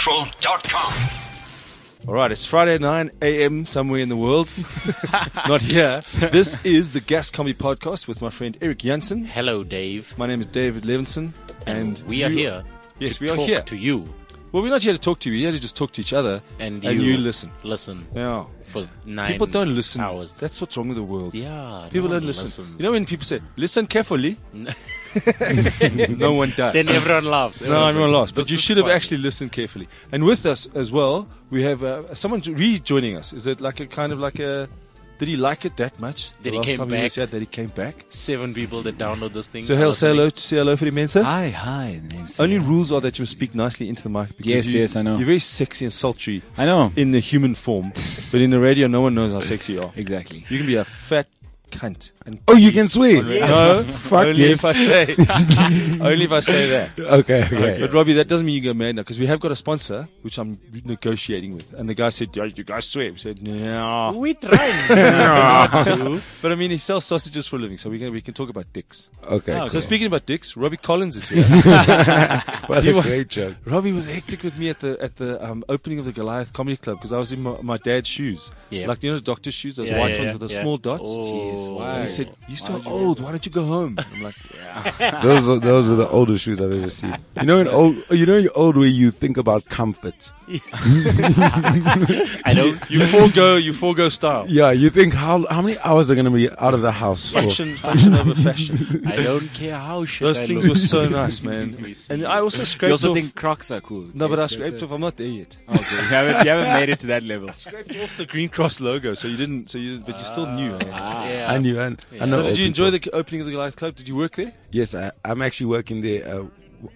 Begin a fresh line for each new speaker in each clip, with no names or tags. CliffCentral.com.
All right, it's Friday 9 a.m. somewhere in the world. Not here. This is the Gas Comedy Podcast with my friend Eric Jansen.
Hello, Dave.
My name is David Levinson.
And, we are
you-
here.
Yes,
to
we are
talk
here.
to you
Well, we're not here to talk to you. We're here to just talk to each other
and,
you listen.
Listen
Yeah.
for nine.
People don't listen.
Hours.
That's what's wrong with the world.
Yeah.
People
no one
don't listen.
listens.
You know when people say, listen carefully? no one does.
then everyone laughs.
no, everyone
like,
lost. But
"This
you
is
should have
funny."
actually listened carefully. And with us as well, we have uh, someone jo- rejoining us. Is it like a kind of like a? Did he like it that much?
That
the
he
last
came
time He
back.
was here, that he came back.
seven people that download this thing.
So
are
hell, say hello,
listening.
to, say hello for the mensa.
Hi, hi. the name's-
Only rules are that you speak nicely into the mic. Because
Yes,
you,
yes, I know.
You're very sexy and sultry
I know.
in the human form, but in the radio, no one knows how sexy you are.
Exactly.
You can be a fat cunt. And
Oh, you can swear.
No,
Fuck
only
yes.
if I say. only if I say that.
Okay, okay.
But Robbie, that doesn't mean you go mad now because we have got a sponsor which I'm negotiating with, and the guy said, "Yeah, "You guys swear." We said, "No."
We trying.
But I mean, he sells sausages for a living, so we can we can talk about dicks.
Okay.
Oh,
So speaking about dicks, Robbie Collins is here.
what
he
a
was-
great joke.
Robbie was hectic with me at the at the um, opening of the Goliath Comedy Club because I was in my, my dad's shoes,
Yeah.
like you know the doctor's shoes, those
Yeah,
white
yeah,
ones
yeah,
with the
yeah.
small dots.
Oh.
why?
And he said, "You're so old. Why don't you go home?" I'm like,
Those are those are the oldest shoes I've ever seen. You know, in old, you know, you're old where you think about comfort.
I don't.
"You forego, you forego style,
Yeah, you think how how many hours are going to be out of the house?
Oh,
for-
function, function over fashion."
I don't care how shit
Those
I
things
look.
were so nice, man.
We see.
and I also
Do
scraped
you also
off.
think Crocs are cool?
no, but I scraped off. I'm not there yet. I
Okay, you haven't, you haven't made it to that level.
scraped off the Green Cross logo, so you didn't. So you, didn't, but you still knew.
Yeah.
I knew, and I know.
So did
old
you enjoy
people.
the opening of the Goliath Club? Did you work there?
Yes, I, I'm actually working there. Uh,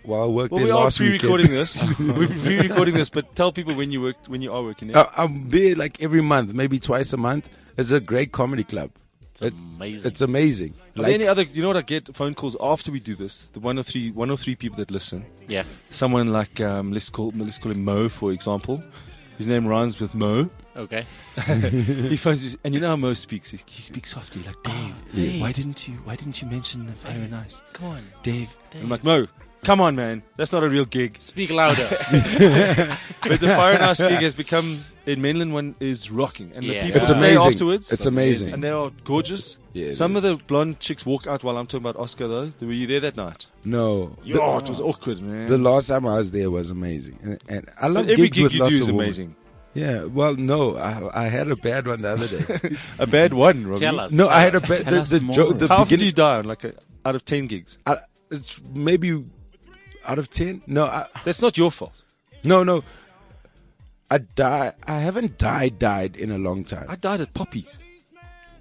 while I worked
Well,
there
we are
last weekend.
pre-recording this. We're pre-recording this, but tell people when you work when you are working there.
I, I'm there like every month, maybe twice a month. It's a great comedy club.
It's amazing.
It's amazing.
are there any other? You know what I get phone calls after we do this. The one or three, one or three people that listen.
yeah.
Someone like um, let's call let's call him Mo for example. His name rhymes with Mo.
Okay.
he phones you, and you know how Mo speaks. He, he speaks softly, like
Ah,
Dave. Why didn't you? Why didn't you mention the very nice?
Come on.
Dave. I'm like, Mo, come on, man. That's not a real gig.
Speak louder.
But the Fire and Ice gig has become, in mainland one, is rocking. And
Yeah.
the people
It's
stay
amazing.
afterwards.
It's amazing.
And they are gorgeous.
Yeah, it
Some of the blonde chicks walk out while I'm talking about Oscar, though. Were you there that night?
No. The-
oh, it was awkward, man.
The last time I was there was amazing, and, and I love
But every
gigs
gig
with
you
lots
do is
of women.
amazing.
Yeah, well, no, I, I had a bad one the other day.
A bad one, Robbie.
Tell us.
no, I had a
Tell us.
bad.
Tell
The,
us
the,
more.
jo- the
How often do
beginning.
you die on, like, a, out of 10 gigs?
I, it's maybe out of ten. No, I,
That's not your fault.
no, no. I die. I haven't died. Died in a long time.
I died at Poppy's.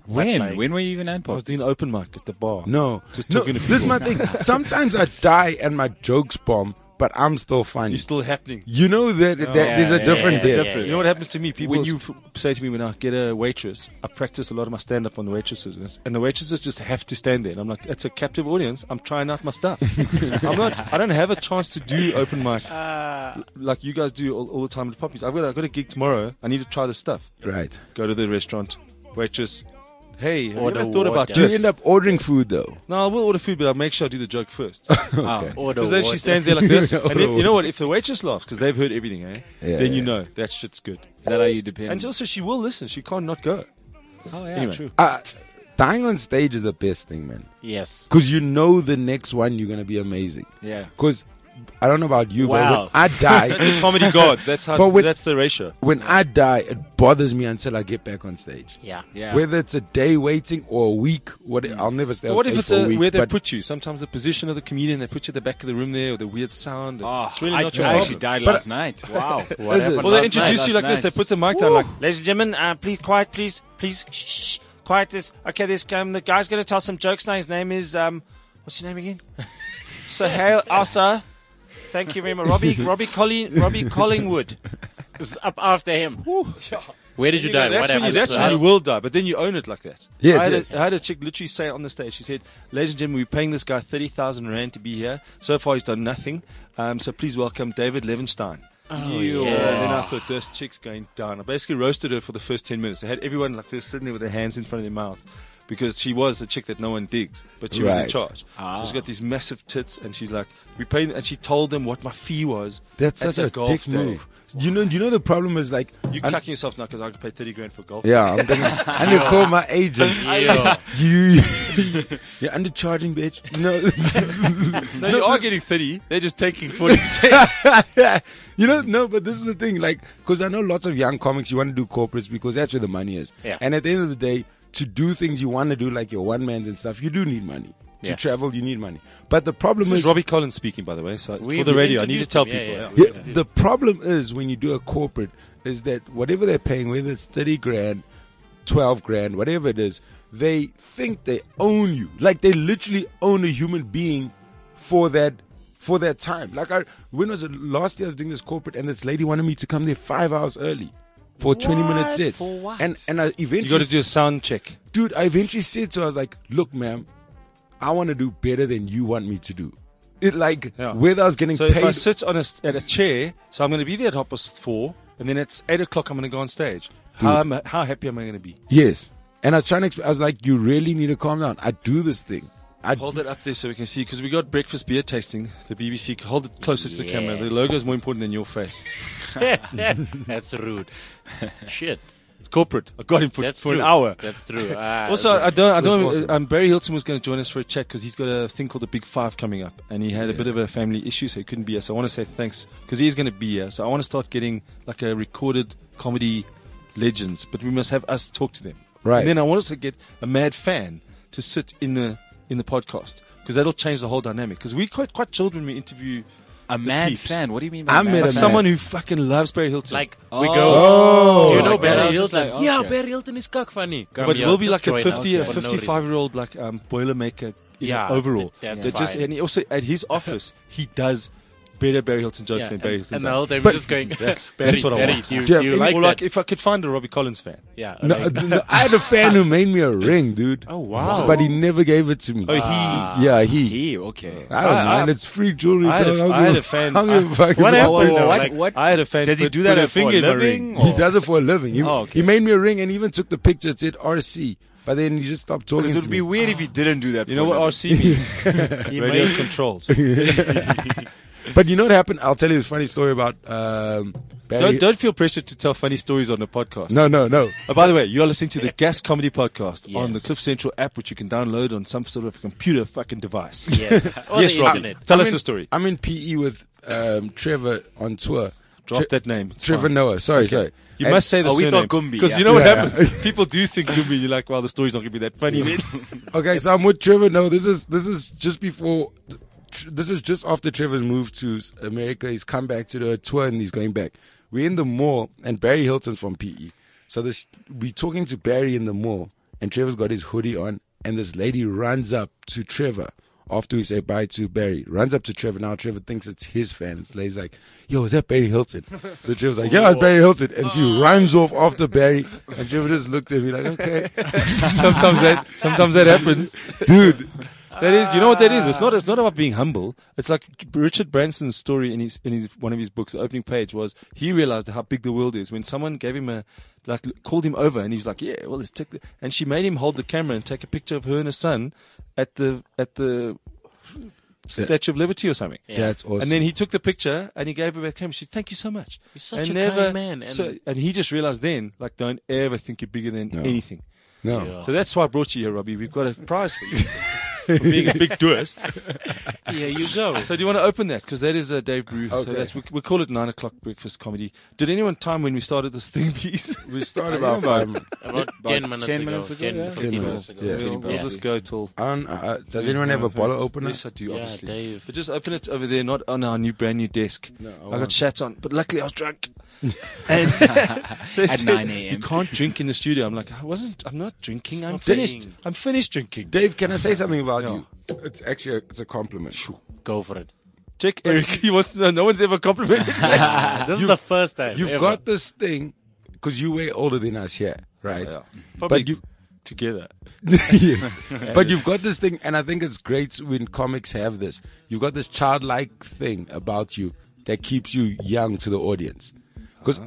When?
Like-
when were you even at
I
Pops?
was doing open mic at the bar.
no,
Just
no.
talking to
This is
people.
my thing. Sometimes I die and my jokes bomb, but I'm still funny.
It's still happening.
You know that, that there's a
yeah,
difference
yeah,
there.
yeah,
You know what happens to me? People
When
you f- say to me when I get a waitress, I practice a lot of my stand up on the waitresses, and, it's- and the waitresses just have to stand there. And I'm like, it's a captive audience. I'm trying out my stuff. I'm not. I don't have a chance to do open mic l- like you guys do all, all the time at Poppies. I've got I've got a gig tomorrow. I need to try this stuff.
Right.
Go to the restaurant, waitress. Hey, have
Order
you ever thought about
water.
Do you
this?
end up ordering food though?
no, I will order food, but I'll make sure I do the joke first.
Oh.
Order
Because then she
water.
stands there like this, and
Order
if, you
water.
know what? If the waitress laughs, because they've heard everything, eh?
Yeah,
then you
yeah.
know that shit's good.
Is that how you depend?
And also, she will listen. She can't not go.
oh, yeah,
anyway.
true.
Uh, dying on stage is the best thing, man.
Yes.
Because you know the next one you're gonna be amazing.
Yeah.
Because I don't know about you,
Wow.
but when I die,
That's the comedy gods. That's how.
Ah, But with-
that's the ratio.
when I die, it bothers me until I get back on stage.
Yeah.
Yeah.
Whether it's a day waiting or a week, what I'll never stay. on
what if
stage
it's
for
a,
week,
where they
but
put you? Sometimes the position of the comedian, they put you at the back of the room there, or the weird sound.
Ah,
Oh,
it's really
I,
not
I
your
actually
problem.
died
But-
last night. Wow.
What is it?
Well, they introduce you like
Last
this. They
night.
put the mic down, like
Ladies and gentlemen, uh, please quiet, please, please, shh, shh, shh, quiet. This okay? This um, the guy's gonna tell some jokes now. His name is um, what's your name again? Sahel Asa. Thank you very much, Robbie. Robbie Collin, Robbie Collingwood.
It's up after him. Where did you die?
that's
what
when you,
happened?
that's when you will die, but then you own it like that.
Yes,
I had,
yes.
A, I had a chick literally say it on the stage. She said, "Ladies and gentlemen, we're paying this guy thirty thousand rand to be here. So far, he's done nothing. Um, so please welcome David Levinstein."
Oh,
Yeah.
yeah.
And then I thought this chick's going down. I basically roasted her for the first ten minutes. I had everyone like they're sitting there with their hands in front of their mouths. because she was a chick that no one digs, but she was in
Right.
charge.
Ah.
So she's got these massive tits, and she's like, "We paying," and she told them what my fee was.
That's
at
such
the
a
golf
dick
day.
move. You know, you know the problem is like,
You
I'm-
cucking yourself now because I could pay thirty grand for golf.
yeah, I'm gonna, I need to call my agent.
Yeah.
You, you're undercharging, bitch. No,
No, you are getting thirty. They're just taking forty percent.
you know, no, but this is the thing, like, because I know lots of young comics, you want to do corporates because that's where the money is.
Yeah.
And at the end of the day, to do things you want to do, like your one mans and stuff, you do need money.
Yeah.
To travel, you need money. But the problem
This
is,
is Robbie Collins speaking, by the way. So
We-
for the
we
radio, I need to
introduced
tell
him, yeah,
people.
yeah.
yeah.
Yeah, the problem is when you do a corporate is that whatever they're paying, whether it's thirty grand, twelve grand, whatever it is, they think they own you. Like they literally own a human being for that for that time. Like I when was it last year I was doing this corporate and this lady wanted me to come there five hours early. For a twenty minute set,
For what?
and and I eventually
You got to do a sound check.
dude, I eventually said to her, I was like, look, ma'am, I want to do better than you want me to do. It like
Yeah.
whether I was getting
So if I
paid.
sit on a, st- at a chair, so I'm going to be there at half past four, and then it's eight o'clock. I'm going to go on stage. How, am I, how happy am I going to be?
Yes. And I was trying to explain, I was like, you really need to calm down. I do this thing. I
Hold it up there so we can see, because we got breakfast beer tasting. The BBC. Hold it closer to the camera.
Yeah.
The logo is more important than your face.
That's rude. Shit.
It's corporate. I got him for,
That's
for
true.
an hour.
That's true. Ah,
Also,
that's
I don't. I
That's
don't.
Uh, awesome.
Um, Barry Hilton was going to join us for a chat because he's got a thing called the Big Five coming up, and he had a bit of a family issue, so he couldn't be here. So I want to say thanks because he's going to be here. So I want to start getting like a recorded comedy legends, but we must have us talk to them.
Right.
And then I want us to get a mad fan to sit in the in the podcast because that'll change the whole dynamic. Because we quite quite chilled when we interview
A mad
peeps.
fan. What do you mean by
I
mad
met a
fan?
man.
someone who fucking loves Barry Hilton.
like we
Oh.
go.
Oh,
Do you know
like that. I
Barry
was just
Hilton?
like,
Yeah,
okay.
Barry Hilton is cock funny. Come
but
here,
we'll be like
just
uh, a
join us
50 a
for no
55 year old like um, boilermaker in
Yeah,
an overall
th- that's
They're just
fine.
and he also at his office he does better Barry Hilton jokes
reason.
than
Yeah,
Barry
and,
Hilton
and the
does.
whole time
But-
we're just going. That's,
that's what I want.
You,
Yeah,
you
and-
like
or
that?
like uh, if I could find a Robbie Collins fan
yeah.
No,
okay.
no, I had a fan who made me a ring, dude.
Oh wow.
But he never gave it to me.
oh he
Ah.
yeah, he.
He okay.
I don't
I-
mind.
I-
it's free jewelry.
I had a-
dog.
I had
give
a fan-
I don't give a fuck.
What
about
happened?
it.
though?
what-
Like,
what-
I had a fan
Does he
put-
do that
put a
for a
finger in my
living?
ring.
He does it for a living. He,
Oh, okay.
he made me a ring and even took the picture. It said RC. But then he just stopped talking
Because it
to
would be
me.
weird if he didn't do that. for
you know what
another-
RC means radio controlled
But you know what happened? I'll tell you this funny story about um, Barry.
don't, don't feel pressured to tell funny stories on the podcast
no, no, no.
Oh, by the way, you are listening to the Gas Comedy Podcast on the
Yes.
Cliff Central app, which you can download on some sort of computer fucking device.
yes. Or
yes,
the
Robbie.
internet.
Tell
I'm
us
in-
the story.
I'm in PE with um, Trevor on tour.
Drop
Tre-
that name. It's
Trevor
fine.
Noah. Sorry, sorry.
You
And-
must say the
Oh, we
surname.
thought Gumby,
Because
yeah.
you know what
Yeah,
happens? People do think Gumby. You're like, well, the story's not going to be that funny. then.
Okay, so I'm with Trevor. No, this is this is just before. tr- This is just after Trevor's moved to s- America. He's come back to do a tour and he's going back. We're in the mall and Barry Hilton's from PE. So this we talking to Barry in the mall and Trevor's got his hoodie on and this lady runs up to Trevor after we say bye to Barry. Runs up to Trevor now. Trevor thinks it's his fan. This lady's like, "Yo, is that Barry Hilton?" So Trevor's like, "Yeah, it's Barry Hilton." And she runs off after Barry and Trevor just looked at me like, "Okay,
sometimes that sometimes that happens.
dude."
That is, you know what that is. It's not. It's not about being humble. It's like Richard Branson's story in his in his one of his books. The opening page was he realized how big the world is when someone gave him a like called him over and he was like, yeah, well, let's take. The, and she made him hold the camera and take a picture of her and her son at the at the Statue of Liberty or something.
That's awesome.
And then he took the picture and he gave her back to him. She said, Thank you so much.
You're such
and
a kind man, and-
so, and he just realized then, like, don't ever think you're bigger than anything.
no.
Yeah.
oh. So that's why I brought you here, Robbie. We've got a prize for you for being a big doers.
Here you go.
So do you want to open that? Because that is uh, Dave Brew. So
Okay.
that's, we, we call it 9 o'clock breakfast comedy. Did anyone time when we started this thing, please?
We started about five minutes.
About ten minutes ago. ten,
yeah.
15 minutes.
minutes.
We'll,
Yeah.
we'll just go till...
Um, uh, does anyone have a bottle opener?
Yes, I do,
Yeah,
obviously.
Dave.
But just open it over there, not on our new, brand new desk.
No,
I
I
got
won't.
shat on, but luckily I was drunk. and
At 9 a.m..
You can't drink in the studio. I'm like, I wasn't. I'm not drinking. I'm
not
finished.
drinking.
I'm finished drinking.
Dave, can I say something about you? It's actually a, it's a compliment.
Go for it.
Check Eric. He wants to know. No one's ever complimented. me.
this is the first time.
You've
ever.
got this thing because you way older than us here, right?
Probably
But you-
together.
yes, but you've got this thing, and I think it's great when comics have this. You've got this Ah. childlike thing about you that keeps you young to the audience, because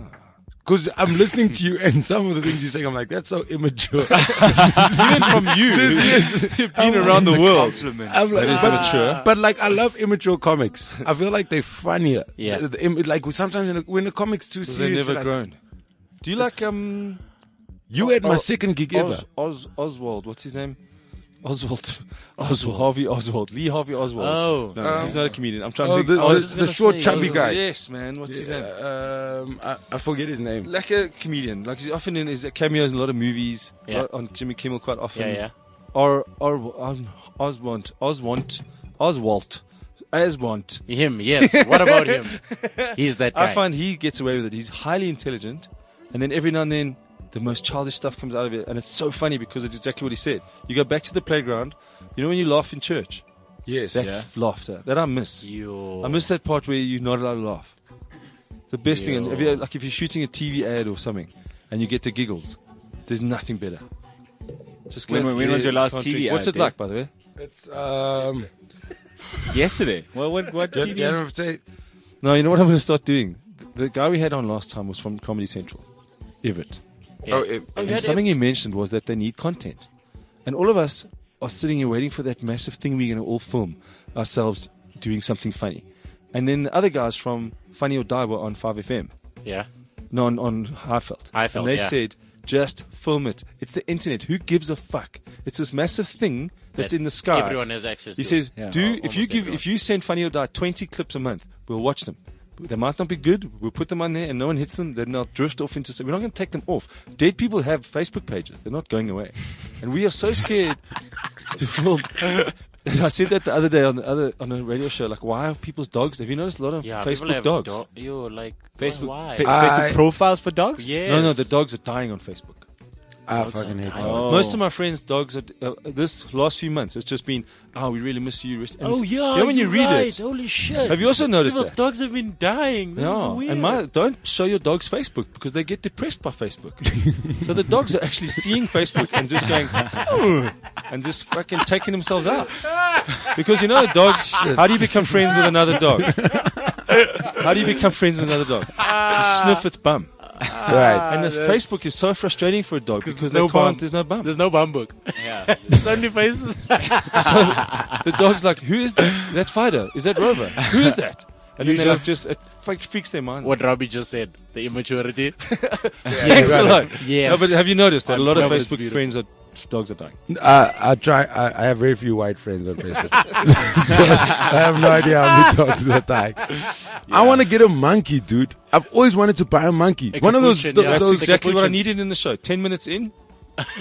Because I'm listening to you and some of the things you're saying, I'm like, that's so immature.
Even from you, you've been around the world.
I'm like,
That is
but,
immature.
But like, I love immature comics. I feel like they're funnier.
Yeah.
The- the im- like we sometimes in the, when the comics too
They've
serious,
never
like,
grown. Do you like um
you had my
Oh,
second gig ever.
Oz, Oz, Oswald? What's his name? Oswald, Oswald, Harvey Oswald, Lee Harvey Oswald.
Oh.
no, no, he's not a comedian. I'm trying to
Oh, the,
think. I was just
the,
gonna
short
say,
chubby
Oz-
guy.
Yes, man. What's his name?
uh, Um, I, I forget his name.
Like a comedian, like he's often in his cameos in a lot of movies.
Yeah.
uh, on Jimmy Kimmel quite often.
Yeah, yeah.
Or or um, Oswald, Oswald, Oswald, Oswald.
Him, yes. What about him? He's that guy.
I find he gets away with it. He's highly intelligent, and then every now and then the most childish stuff comes out of it, and it's so funny because it's exactly what he said. You go back to the playground. You know when you laugh in church,
Yes.
that f- laughter that I miss.
Yo.
I miss that part where you're not allowed to laugh. The best thing, and if
Yo.
you're, like if you're shooting a TV ad or something, and you get the giggles, there's nothing better. Just
When-
go-
when was your last
can't
TV
drink. What's
ad,
it like, by the way?
It's um.
Yesterday. Well, what what
Yeah, yeah, I don't have to say-
No, you know what I'm going to start doing. The, the guy we had on last time was from Comedy Central, Everett.
Oh, it,
you
And
had
something he mentioned was that they need content. And all of us are sitting here waiting for that massive thing we're going to all film ourselves doing something funny. And then the other guys from Funny or Die were on 5FM,
Yeah.
no, on, on Highveld.
Highveld,
And they
yeah.
said, just film it. It's the internet. Who gives a fuck? It's this massive thing that's
That
in the sky.
Everyone has access
He
to.
says,
Yeah.
"Do if
Al-
you
almost
give
everyone.
if you send Funny or Die twenty clips a month, we'll watch them. They might not be good. We'll put them on there, and no one hits them. Then they'll drift off into. We're not going to take them off. Dead people have Facebook pages. They're not going away, and we are so scared to film. And I said that the other day on the other on a radio show. Like, why are people's dogs? Have you noticed a lot of
yeah, people
Facebook
have
dogs?
dog- yo, like
Facebook,
Why? Oh,
pa-
I-
Facebook profiles for dogs?
yes.
No, no, the dogs are dying on Facebook.
I fucking hate.
Oh.
Oh.
Most of my friends' dogs are uh, this last few months. It's just been, oh, we really miss you. And
Oh
it's-
yeah.
You know, when you
you're
read
right.
it,
Holy shit.
have you also noticed
People's
that?
dogs have been dying. This
No,
is weird.
and my, don't show your dogs Facebook because they get depressed by Facebook. so the dogs are actually seeing Facebook and just going, "Oh," and just fucking taking themselves out. Because you know, a dog, how do you become friends with another dog? How do you become friends with another dog? You sniff its bum.
Right.
And the Facebook is so frustrating for a dog because,
Ah, there's
they
no
can't,
bum.
there's no bum.
There's no bum book.
Yeah.
it's only faces.
the dog's like, who is that? That's Fido. Is that Rover? Who is that? And then they're like, just, it fuck- freaks their mind.
what Robbie just said. The immaturity.
Thanks a lot.
Yes.
No, but have you noticed that a lot of
No, but it's
Facebook friends are dogs are dying?
I, Uh, I try. I, I have very few white friends on Facebook, so I have no idea how many dogs are dying. I want to get a monkey, dude. I've always wanted to buy a monkey.
A
One of those.
capuchin,
th-
yeah.
That's
those
exactly what I
Capuchin.
needed in the show. Ten minutes in,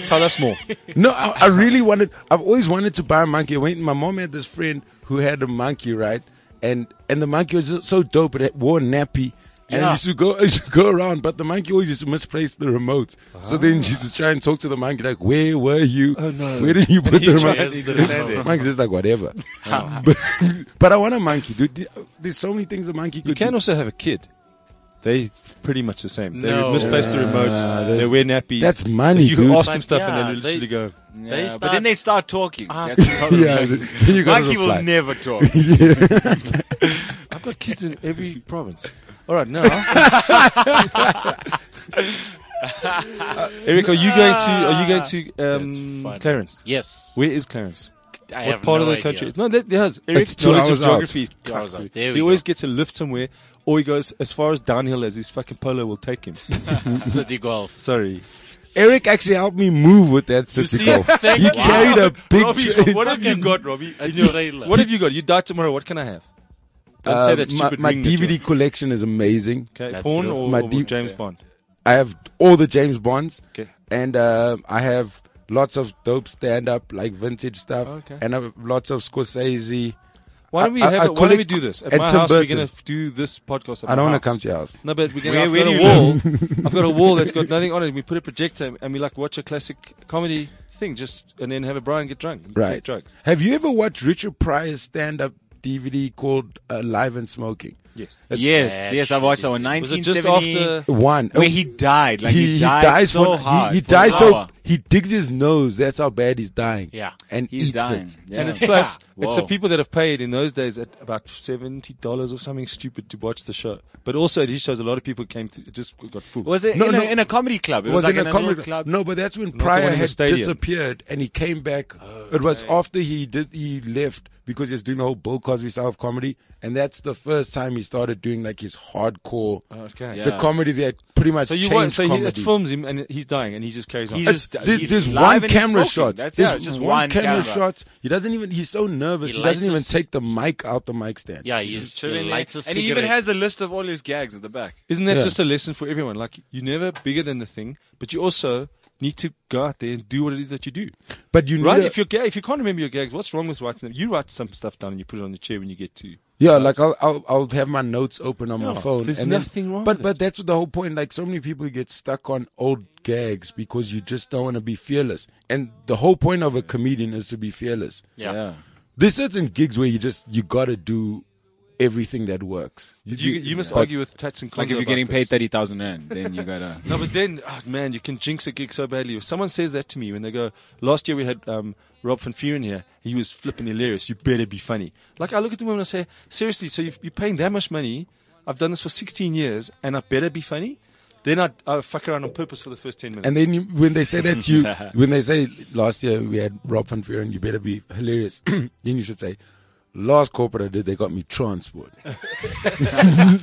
tell us more.
No, I, I really wanted. I've always wanted to buy a monkey. I went, my mom had this friend who had a monkey, right? And and the monkey was so dope. It had- wore a nappy. And it
Yeah.
used to go, it used to go around, but the monkey always used to misplace the remote. So then she used to try and talk to the monkey, like, "Where were you? Oh, no. Where did you put the
tried
remote?"
to understand it.
Monkey's just like, "Whatever." but, but I want a monkey, dude. There's so many things a monkey could
You can
do.
also have a kid. They pretty much the same. They
No.
misplace the
Nah,
remote.
that's-
They wear nappies.
That's money,
You
dude.
ask them
But
stuff, and
yeah,
they literally
they-
go.
Yeah,
start
but then they start Ah, talking.
asking-
That's the problem.
yeah, then you gotta
Mikey will
reply.
never talk.
I've got kids in every province. All right, now. Eric, are you going to? Are you going to
That's
um,
funny.
Clarence?
Yes.
Where is Clarence? what
I have
part
no
of the
idea.
country? No, that, there's Eric's
two
knowledge of
hours out.
geography. is
Two hours
cock.
out. There
he
we
always
go.
gets a lift somewhere, or he goes as far as downhill as his fucking polo will take him.
City golf.
Sorry,
Eric actually helped me move with that city golf.
Thank
He carried a big
Robbie,
tray.
what have you got, Robbie? In your trailer?
what have you got? You die tomorrow. What can I have? Don't
Uh,
say that
my,
stupid
my
ring that you-
DVD collection is amazing.
Okay,
That's
porn
true.
or,
My
or
D-
James Bond.
I have all the James Bonds,
Okay.
and uh, I have lots of dope stand-up, like vintage stuff,
Oh, Okay.
and I have lots of Scorsese.
Why don't we
I- I-
have?
I
a- why don't we
collect-
do this at
and
my
Tim
house?
Burton.
We're gonna f- do this podcast. At
I
my
don't want
house.
to come to your house.
No, but we're gonna.
Where-
I've
where do
got a
you
wall. I've got a wall that's got nothing on it. We put a projector and we like watch a classic comedy thing, just and then have a Brian get drunk, and
Right.
take drugs.
Have you ever watched Richard Pryor's stand-up DVD called uh, "Live and Smoking"?
Yes.
It's
Yes, yes, I watched that one.
Was it just after?
1970,
one
where he died. Like he, died
dies
so
for,
hard.
He, he
for
dies
an
so
hour.
He digs his nose. That's how bad he's dying.
Yeah.
and
He's
eats
dying.
it.
Yeah.
And it's plus,
Yeah.
it's the
Whoa.
people that have paid in those days at about seventy dollars or something stupid to watch the show. But also at his shows, a lot of people came to just got food.
Was it
No,
in,
no.
A, in a comedy club? It was,
was
like
in a
little
comedy
club.
club. No, but that's when
the one
Pryor
in the
had
stadium.
disappeared and he came back.
Oh,
It was after he did he left because he was doing the whole Bill Cosby style of comedy, and that's the first time he started doing like his hardcore
okay.
the
Oh, Yeah.
comedy that pretty much
So you
changed
want, so he, it
comedy.
films him and he's dying and he just carries on.
He's
It's-
just-
there's
he's
there's
live
one
and he's
camera
smoking.
shot.
That's-
there's
yeah, it's just
one,
one
camera,
camera.
shot. He doesn't even. He's so nervous.
He
He, doesn't
lights
even
his-
take the mic out the mic stand.
Yeah, he's
Chilling
chilling
there.
lights a
and he even
cigarette.
has a list of all his gags at the back.
Isn't that
Yeah.
just a lesson for everyone? Like you're never bigger than the thing, but you also need to go out there and do what it is that you do.
But you
Right?
need a-
If you're ga- if you can't remember your gags, what's wrong with writing them? You write some stuff down and you put it on the chair when you get to.
Yeah, like I'll, I'll I'll have my notes open on my
Yeah,
phone.
there's
and then-
nothing wrong
But
with
but that's the whole point. Like so many people get stuck on old gags because you just don't want to be fearless. And the whole point of a comedian is to be fearless.
Yeah.
There's certain gigs where you just you gotta do everything that works.
You you must
but-
argue with Tats and
Like if you're getting paid thirty thousand rand, then you gotta.
No, but then, oh, man, you can jinx a gig so badly. If someone says that to me when they go, last year we had um, Rob Van Furen here, he was flipping hilarious. You better be funny. Like, I look at the woman and I say, seriously, so you've, you're paying that much money. I've done this for 16 years and I better be funny? Then I, I fuck around on purpose for the first 10 minutes.
And then you, when they say that you, when they say last year we had Rob Van Furen, you better be hilarious. then you should say, last corporate I did, they got me transport.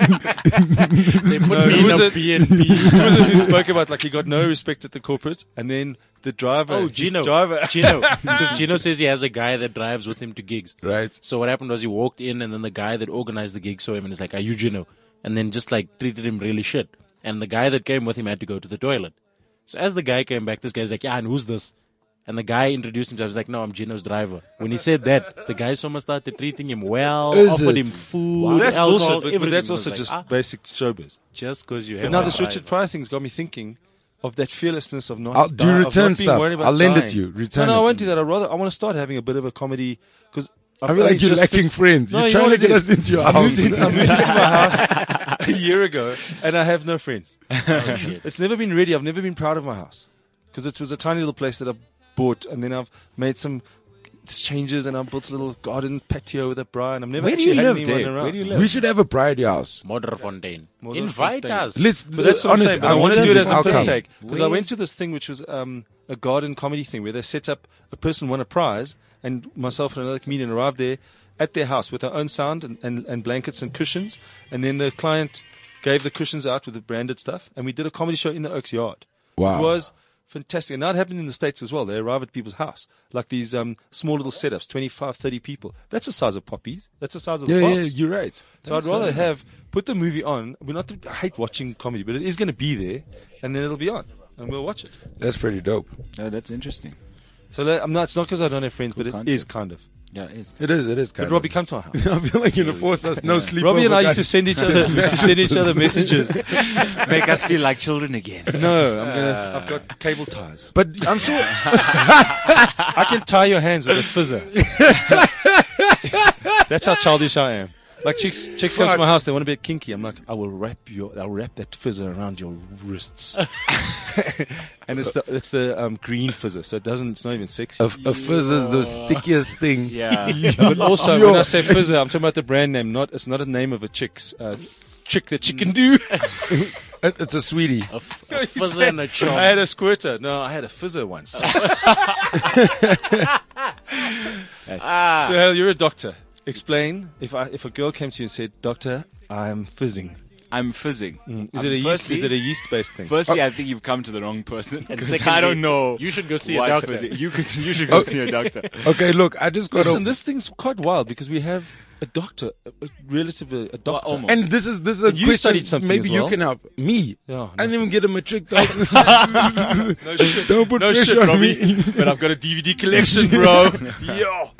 They put
No,
me
who
in
was
a
it?
B&B.
Who was it who spoke about, like, he got no respect at the corporate? And then the driver.
Oh,
his
Gino.
driver.
Gino. Because Gino says he has a guy that drives with him to gigs.
Right.
So what happened was he walked in and then the guy that organized the gig saw him and is like, are you Gino? And then just like treated him really shit. And the guy that came with him had to go to the toilet. So as the guy came back, this guy's like, yeah, and who's this? And the guy introduced himself. He's like, no, I'm Gino's driver. When he said that, the guy so much started treating him well,
Is
offered
it?
him food,
Well, that's
alcohol,
bullshit, but- but,
everything.
that's
I was
also
like,
just
"Ah,
basic showbiz.
just because you
But
have
now
a
this Richard
driver."
Pryor thing's got me thinking of that fearlessness of not.
I'll do
di- of
return
not being
stuff.
worried about
I'll lend it
dying.
to you. Return
No, no,
it
I won't
to
do that. I rather I want to start having a bit of a comedy because
I feel like you're lacking friends.
No,
you're
you
trying
know what
to get
it
us
is?
into your
I
house.
moved, in, I moved into my house a year ago, and I have no friends. it's never been ready. I've never been proud of my house because it was a tiny little place that I bought, and then I've made some changes, and I built a little garden patio with a Brian. I've never
Where do
actually
you
had
live,
anyone
Dave?
around.
Where do you live?
We should have a bride house.
Modderfontein.
Modderfontein.
Invite us.
Let's.
But that's what I'm saying. But I want to do it as a piss
outcome.
take because I
Where's-
went to this thing which was um, a garden comedy thing where they set up a person won a prize, and myself and another comedian arrived there at their house with our own sound and, and, and blankets and cushions, and then the client gave the cushions out with the branded stuff, and we did a comedy show in the Oaks Yard.
Wow.
It was fantastic. And that happens in the States as well. They arrive at people's house, like these um, small little setups, 25, 30 people. That's the size of poppies. That's the size of
Yeah,
the
yeah,
box.
you're right.
So I'd rather have put the movie on. We're not. I hate watching comedy, but it is going to be there, and then it'll be on, and we'll watch it.
That's pretty dope.
Oh, that's interesting.
So like, I'm not. It's not because I don't have friends, but it is
concept.
kind of.
Yeah, it is.
It is. It is kind
But Robbie, come to our house.
I feel like you're gonna force us no sleep.
Robbie and
over,
I used to
guys.
send each other. we used to send each other messages.
Make us feel like children again.
No, I'm gonna. I've got cable ties.
But I'm sure.
I can tie your hands with a fizzer. That's how childish I am. Like chicks, chicks come to my house. They want to be kinky. I'm like, I will wrap your, I'll wrap that fizzer around your wrists. and it's the, it's the um, green fizzer, so it doesn't, it's not even sexy.
A, a fizz is the stickiest thing.
Yeah.
But also,
Yo.
when I say fizzer, I'm talking about the brand name. Not, it's not a name of a chick's uh, chick that you can do.
It- It's a sweetie.
A f- a fizzer and a chop.
I had a squirter. No, I had a fizzer once. So Hal, you're a doctor. Explain if I, if a girl came to you and said, "Doctor, I'm fizzing."
I'm fizzing.
Mm.
Is
I'm
it a yeast?
firstly-
Is it a yeast-based thing?
Firstly,
Oh.
I think you've come to the wrong person.
And
'Cause
secondly,
I don't know.
You should go see a
why
doctor.
fizzing. You could. You should go
Okay.
see a doctor.
Okay, look, I just got.
Listen,
to
this thing's quite wild because we have a doctor, a, a relative, a, a doctor.
almost.
and this is this is a
you
question.
studied something
Maybe
as
you
well.
can help me.
Yeah,
I didn't
no
even get a matric. no shit. Don't put pressure on me.
but I've got a DVD collection, bro. Yo.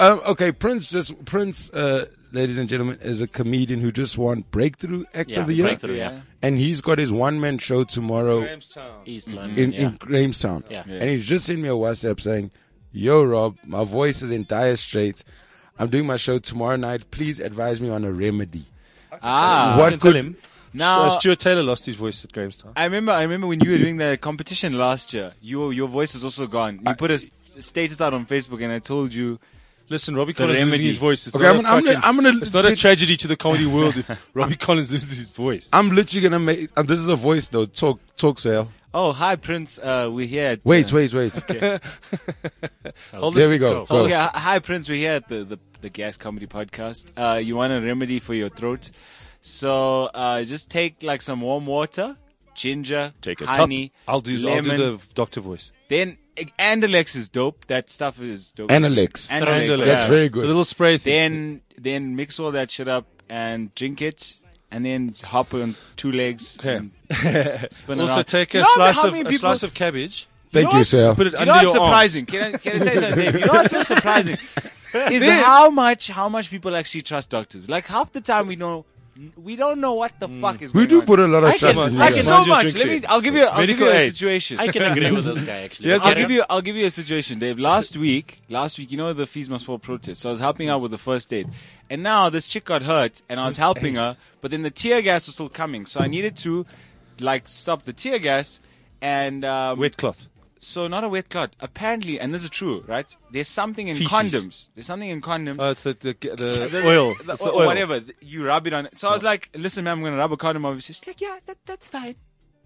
Um, okay, Prince just Prince, uh, ladies and gentlemen, is a comedian who just won Breakthrough Act
Yeah,
of the Year,
breakthrough, yeah.
and he's got his one man show tomorrow
East London.
in,
yeah.
in Grahamstown.
Yeah. Yeah.
And he's just sent me a WhatsApp saying, Yo, Rob, my voice is in dire straits. I'm doing my show tomorrow night. Please advise me on a remedy.
Ah,
what
can tell him.
Now,
uh, Stuart Taylor lost his voice at Grahamstown.
I remember, I remember when you were doing the competition last year. Your your voice was also gone. You put a s- status out on Facebook, and I told you
Listen, Robbie Collins losing
remedy.
his voice. It's
Okay,
not
I'm
a
gonna, I'm gonna,
fucking-
I'm gonna,
it's not a
sit-
tragedy to the comedy world if Robbie Collins loses his voice.
I'm literally gonna make. Uh, this is a voice though. Talk, talk, Sale.
Oh, hi, Prince. Uh, we're here. At,
Wait,
uh,
wait, wait. there we go.
Oh,
go.
yeah. Hi, Prince. We're here at the, the, the Gas Comedy Podcast. Uh, you want a remedy for your throat? So uh, just take like some warm water, ginger,
Take a
honey,
cup. I'll do.
lemon,
I'll do the doctor voice.
then Andalex is dope. That stuff is dope.
Analix.
Andalex,
Andalex.
That's
yeah.
very
The
good.
little spray thing.
Then then mix all that shit up and drink it, and then hop on two legs.
Okay.
and spin
also
around.
take
You
a
know how
slice
many
of a
people-
slice of cabbage.
Thank you, Sale.
Put it
Do you
under
know what's
your arm.
surprising? Can I, can I tell you something? Dave? You know what's so surprising is how much how much people actually trust doctors. Like half the time we know we don't know what
Mm.
the fuck is
We
going
do
on.
put a lot of
I can,
trust in you.
I can
Mind
guys.
so
your
much.
drink
Let me.
there.
I'll give you. I'll
Medical
give you a
aids.
situation.
I can agree with this guy actually.
Yes,
I'll
Get
give you. I'll give you a situation, Dave. Last week, last week, you know the fees must fall protest. So I was helping out with the first aid, and now this chick got hurt, and I was helping her, but then the tear gas was still coming, so I needed to, like, stop the tear gas, and um,
Wet cloth.
so not a wet clot. Apparently, and this is true, right? There's something in
Feces.
condoms. There's something in condoms.
Oh, it's the the, the, oil.
The-
It's the
or
oil.
Whatever. th- You rub it on. So I was like, listen, ma'am, I'm going to rub a condom over. She's like, yeah, that, that's fine.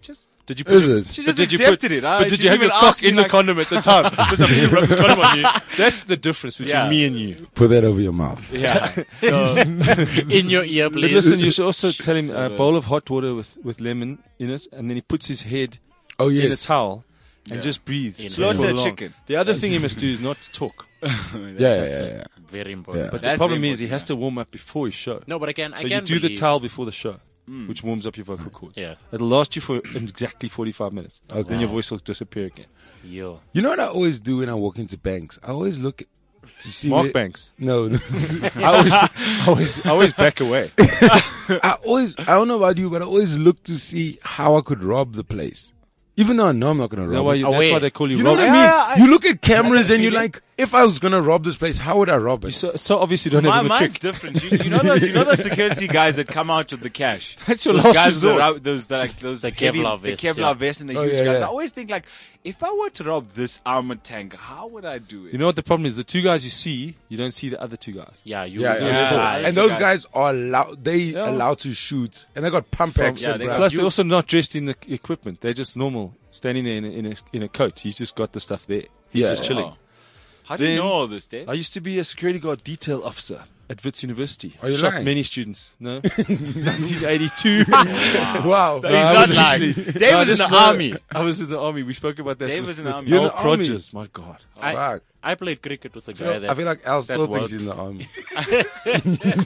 Just.
Did you put
Is it?
She
But
just
did you put-
accepted it. I-
But
she
did you
didn't
have your
even
cock
ask me,
in the
like-
condom at the time? Because I'm just gonna rub this condom on you. That's the difference between
Yeah.
me and you.
Put that over your mouth.
Yeah. So.
in your ear,
But
please.
listen, you should also tell him a
does.
bowl of hot water with, with lemon in it, and then he puts his head
Oh
in a
yes.
towel and just breathes.
Inhale.
for
Slaughter
long.
chicken.
The other thing he must do is not talk.
Yeah, yeah, yeah, yeah.
Very important.
Yeah.
But
That's
the problem
very
is he has to warm up before his show.
No, but I can. I
so
can
you do the
believe-
towel before the show, which warms up your vocal cords.
Yeah.
It'll last you for exactly 45 minutes.
Okay.
Then your voice will disappear again.
Yo.
You know what I always do when I walk into banks? I always look to see where-
Mark Banks.
No, no.
I always, I always, I always back away.
I always, I don't know about you, but I always look to see how I could rob the place. Even though I know I'm not going to
That's
rob
why,
it.
you, that's
Away.
why they call you,
You know what I
Robert.
mean?
Yeah, I-
you look at cameras and you're like, if I was going to rob this place, how would I rob it?
So, so obviously you don't
My
have a
mind's
trick.
different. You, you know those, you know those security guys that come out with the cash.
That's your
those
last
guys
resort.
That are, out- those that like those
The
heavy-
Kevlar vests,
the Kevlar
yeah.
vests and the
Oh,
huge
yeah,
guys.
yeah.
I always think like, if I were to rob this armored tank, how would I do it?
You know what the problem is? The two guys you see, you don't see the other two guys.
Yeah. Ah, You.
Yeah, yeah,
yeah.
yeah.
Yeah.
And those
Yeah.
guys are allowed, they
Yeah.
allowed to shoot and they got pump action,
they
bruh.
Plus, they're also not dressed in the equipment. They're just normal, standing there in a, in a, in a coat. He's just got the stuff there. He's
Yeah.
just chilling.
Oh. How do you
Then-
know all this, Dave?
I used to be a security guard detail officer at Wits University.
Are you
Shot
lying?
many students. No, 1982.
wow.
No, I
not
wasn't
lying.
actually-
Dave
I
was in
just
the
know-
army.
I was in the army. We spoke about that.
Dave was
with-
in
with
the army. You're
in
Alf
the army.
Rogers. My God.
Fuck.
I played cricket with a guy that.
I feel like Al still thinks
worked.
he's in the army.
Good